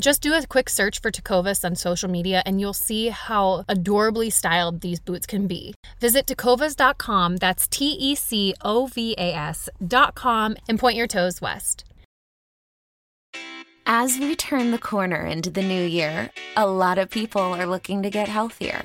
S6: Just do a quick search for Tecovas on social media and you'll see how adorably styled these boots can be. Visit tecovas.com, that's T E C O V A S.com, and point your toes west.
S8: As we turn the corner into the new year, a lot of people are looking to get healthier.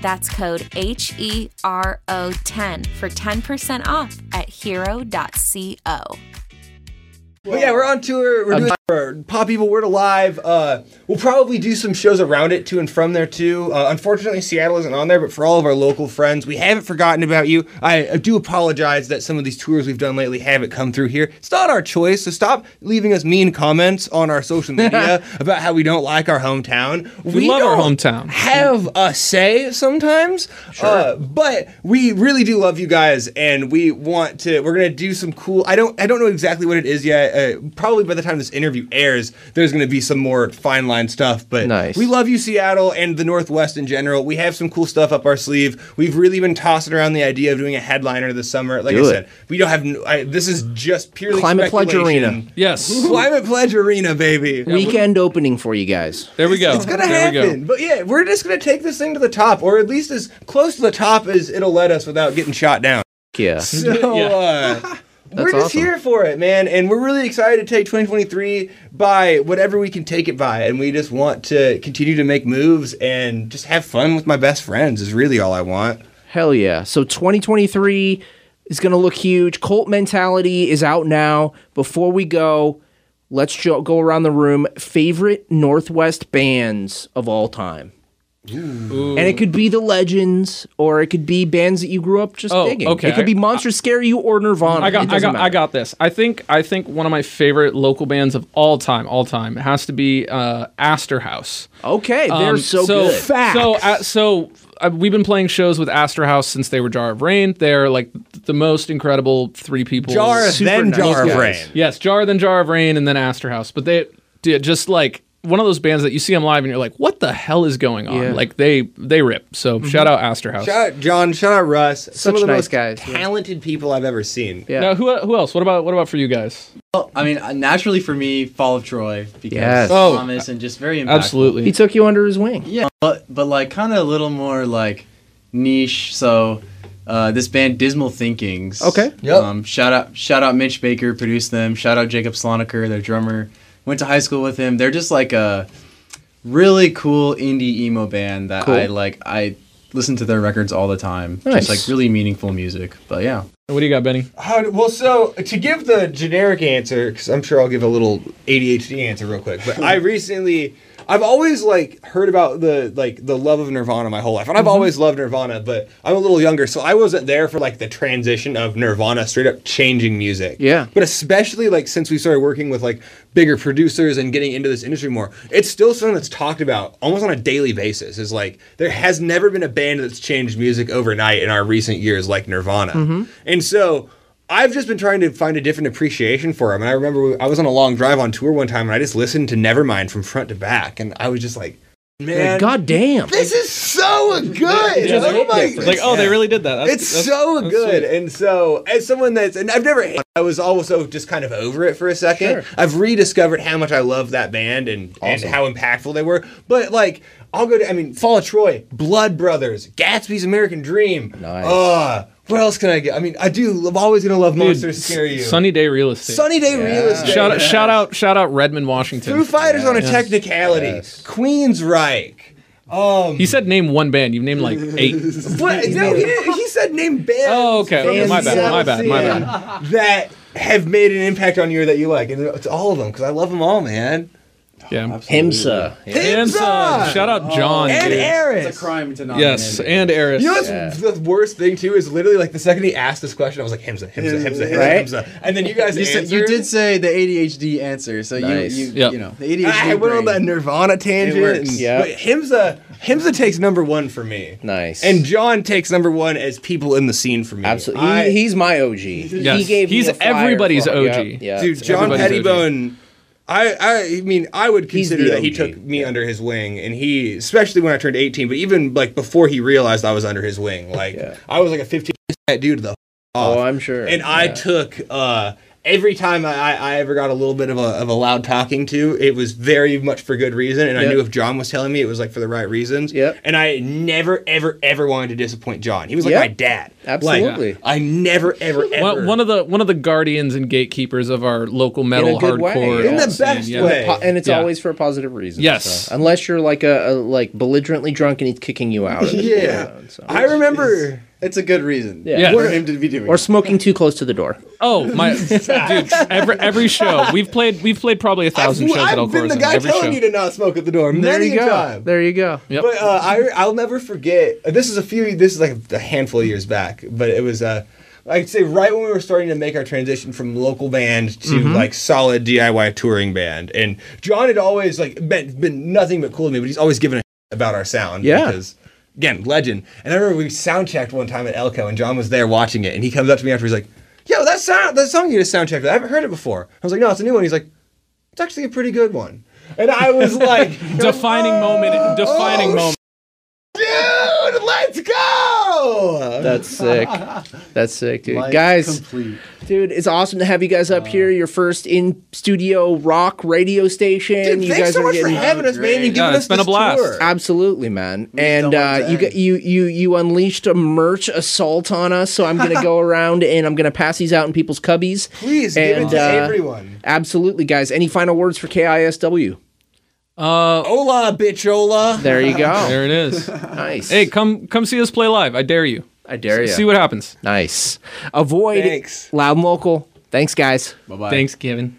S8: That's code H E R O 10 for 10% off at hero.co.
S5: But yeah, we're on tour. We're doing
S4: Um,
S5: our Pop Evil Word Alive. Uh, we'll probably do some shows around it to and from there too. Uh, unfortunately, Seattle isn't on there, but for all of our local friends, we haven't forgotten about you. I, I do apologize that some of these tours we've done lately haven't come through here. It's not our choice, so stop leaving us mean comments on our social media about how we don't like our hometown.
S4: We love our
S5: don't
S4: hometown.
S5: Have a say sometimes, uh, but we really do love you guys, and we want to. We're gonna do some cool. I don't. I don't know exactly what it is yet. Uh, probably by the time this interview airs, there's gonna be some more fine line stuff. But we love you, Seattle, and the Northwest in general. We have some cool stuff up our sleeve. We've really been tossing around the idea of doing a headliner this summer. Like
S3: Do
S5: I
S3: it.
S5: said, we don't have. No, I, this is just purely
S3: Climate Pledge
S5: speculation.
S3: Arena. Yes.
S5: Climate Pledge Arena, baby.
S3: Weekend opening for you guys.
S4: There we go.
S5: It's gonna happen. But yeah, we're just gonna take this thing to the top, or at least as close to the top as it'll let us without getting shot down.
S3: Yeah.
S5: So uh,
S3: That's
S5: we're just
S3: awesome.
S5: here for it, man, and we're really excited to take 2023 by whatever we can take it by, and we just want to continue to make moves and just have fun with my best friends. Is really all I want.
S3: Hell yeah. So 2023 is going to look huge. Cult Mentality is out now. Before we go, let's jo- go around the room. Favorite Northwest bands of all time? And it could be the legends, or it could be bands that you grew up just
S4: Oh,
S3: digging.
S4: okay.
S3: It could be
S4: I-
S3: Monster Scary You or Nirvana.
S4: I
S3: It
S4: got, I
S3: doesn't
S4: got,
S3: matter.
S4: I got this. I think, I think one of my favorite local bands of all time, all time, has to be uh, Astor House. Um,
S3: Okay, they're so
S4: so,
S3: good. Facts.
S4: So, uh, so uh, we've been playing shows with Astor House since they were Jar of Rain. They're like th- the most incredible three people.
S5: Jar,
S4: Super
S5: then
S4: nice
S5: Jar of
S4: guys.
S5: Rain.
S4: Yes, Jar, then Jar of Rain, and then Astor House. But they did just like one of those bands that you see them live and you're like, what the hell is going on?
S5: Yeah. Mm-hmm.
S4: Like they they rip. So shout out Astor House.
S5: Shout out John. Shout out Russ. Some
S4: Such
S5: of the
S4: nice
S5: most
S4: guys, yeah.
S5: talented people I've ever seen.
S4: Now, who who else? What about what about for you guys?
S7: Well, I mean, uh, naturally for me, Fall of Troy because
S4: Yes. Oh,
S7: Thomas and just very impactful.
S4: absolutely.
S3: He took you under his wing.
S7: Yeah, but but like kind of a little more like niche. So uh, this band, Dismal Thinkings.
S3: Okay.
S7: Yep. Um, shout out shout out Mitch Baker produced them. Shout out Jacob Sloniker, their drummer. Went to high school with him. They're just like a really cool indie emo band that
S4: Cool.
S7: I like. I listen to their records all the time.
S4: Nice.
S7: Just like really meaningful music. But yeah.
S4: What do you got, Benny?
S5: How do- well, so to give the generic answer, because I'm sure I'll give a little ADHD answer real quick. But I recently, I've always like heard about the like the love of Nirvana my whole life, and I've
S4: Mhm.
S5: always loved Nirvana. But I'm a little younger, so I wasn't there for like the transition of Nirvana straight up changing music.
S3: Yeah.
S5: But especially like since we started working with like bigger producers and getting into this industry more, it's still something that's talked about almost on a daily basis. Is like there has never been a band that's changed music overnight in our recent years like Nirvana.
S4: Mm-hmm.
S9: Mhm.
S5: Mm-hmm. And so I've just been trying to find a different appreciation for them. And I remember we- I was on a long drive on tour one time and I just listened to Nevermind from front to back and I was just like, man,
S3: God damn.
S5: This is so good.
S4: Just
S5: oh my
S4: like, oh, they really did that. That's-
S5: it's
S4: that's-
S5: so
S4: that's
S5: good.
S4: sweet.
S5: And so, as someone that's, and I've never, I was also just kind of over it for a second. I've rediscovered how much I love that band and, and
S4: Awesome.
S5: how impactful they were. But like, I'll go to. I mean, Fall of Troy, Blood Brothers, Gatsby's American Dream. Nice. Uh, what else can I get? I mean, I do. I'm always gonna love monsters scare you.
S4: Sunny Day Real Estate.
S5: Sunny Day Real Estate.
S4: Shout out,
S5: Yeah.
S4: shout out, shout out Redmond, Washington.
S5: Foo Fighters on a
S4: Yes.
S5: technicality. Queensryche. Um,
S4: He said name one band. You've named like eight.
S5: But no, he, didn't- he said name bands.
S4: Oh, okay, okay,
S5: from
S4: my bad,
S5: Seattle
S4: my bad, my bad.
S5: scene That have made an impact on you that you like, and it's all of them because I love them all, man.
S4: Yeah,
S7: Oh,
S3: Himsa.
S4: Himsa. Shout out John.
S5: and
S4: dude.
S5: Eris.
S7: It's a crime to not.
S4: Yes, and Eris.
S5: You know what's the worst thing too is literally like the second he asked this question, I was like Himza, Himza, Himza, Himza,
S7: Right?
S5: Himza, and then you guys
S7: You, said, you
S5: answered.
S7: did say the ADHD answer, so
S5: Nice.
S7: you you,
S5: Yep.
S7: you know the ADHD.
S5: I went on
S7: brain.
S5: that Nirvana tangent.
S7: works.
S5: and-
S7: Yep.
S5: But Himza, Himza takes number one for me.
S3: Nice.
S5: And John takes number one as people in the scene for me.
S3: Absolutely. He- he's my OG. Yes. He gave me
S4: He's
S3: a flyer
S4: everybody's
S3: for-
S4: OG.
S3: yeah, yeah.
S5: Dude,
S3: It's
S5: John
S3: everybody's OG.
S5: Pettibone. I, I mean, I would
S3: He's
S5: consider
S3: the
S5: that he
S3: OG,
S5: took me under his wing, and he, especially when I turned 18, but even like before he realized I was under his wing, like I was like a 15 fat dude the f- off.
S3: Oh, I'm sure.
S5: And I took uh, every time I, I I ever got a little bit of a, of a loud talking to, it was very much for good reason, and I
S3: Yep.
S5: knew if John was telling me, it was like for the right reasons. Yeah. And I never, ever, ever wanted to disappoint John. He was like
S3: Yep.
S5: my dad. Like,
S3: Absolutely.
S5: I never, ever, ever.
S4: One, one of the one of the guardians and gatekeepers of our local metal
S3: in a good
S4: hardcore uh,
S3: way.
S4: scene, yeah.
S3: Po- and it's
S4: Yeah.
S3: always for a positive reason.
S4: Yes.
S3: so- Unless you're like a, a like belligerently drunk and he's kicking you out. of it, you know, so.
S5: I remember.
S7: It's a good reason.
S3: Yeah.
S7: For him to be doing.
S3: Or
S7: it.
S3: smoking too close to the door.
S4: Oh my dude! Every, every show we've played, we've played probably a 1000 shows at El
S5: I've been the
S4: Corazon.
S5: guy
S4: Every
S5: telling
S4: show.
S5: you to not smoke at the door
S4: There
S5: many
S4: you
S5: a
S4: go.
S5: time.
S3: There you go. Yep.
S5: But uh, I, I'll never forget. uh, This is a few. This is like a handful of years back, but it was. Uh, I'd say right when we were starting to make our transition from local band to
S3: Mm-hmm.
S4: Mhm.
S5: like solid DIY touring band, and John had always like been, been nothing but cool to me, but he's always given a about our sound.
S3: Yeah.
S5: Because again, legend. And I remember we sound checked one time at Elko, and John was there watching it, and he comes up to me after he's like, "Yo, that sound, that song you just sound checked. I haven't heard it before." I was like, "No, it's a new one." He's like, "It's actually a pretty good one." And I was like, "Oh,
S4: defining moment, defining moment.
S5: dude, let's go.
S3: That's sick. That's sick, dude.
S5: Life
S3: guys, dude, it's awesome to have you guys up here. Your first in studio rock radio station. you
S5: thanks
S3: guys
S5: so
S3: are
S5: much for
S3: getting
S5: having us, man, and giving
S3: Yeah,
S5: us this tour.
S3: Absolutely, man. and uh, you got- you you you unleashed a merch assault on us. So I'm gonna go around and I'm gonna pass these out in people's cubbies. uh,
S5: Please
S4: give it to
S5: everyone.
S3: Absolutely, guys. Any final words for KISW?
S4: Uh,
S5: Ola, bitch, Ola.
S3: There you go.
S4: There it is.
S3: nice.
S4: Hey, come come see us play live. I dare you.
S3: I dare
S4: S-
S3: ya.
S4: See what happens.
S3: Nice. Avoid
S4: Thanks.
S3: loud and local. Thanks, guys.
S7: Bye
S4: bye. Thanks, Kevin.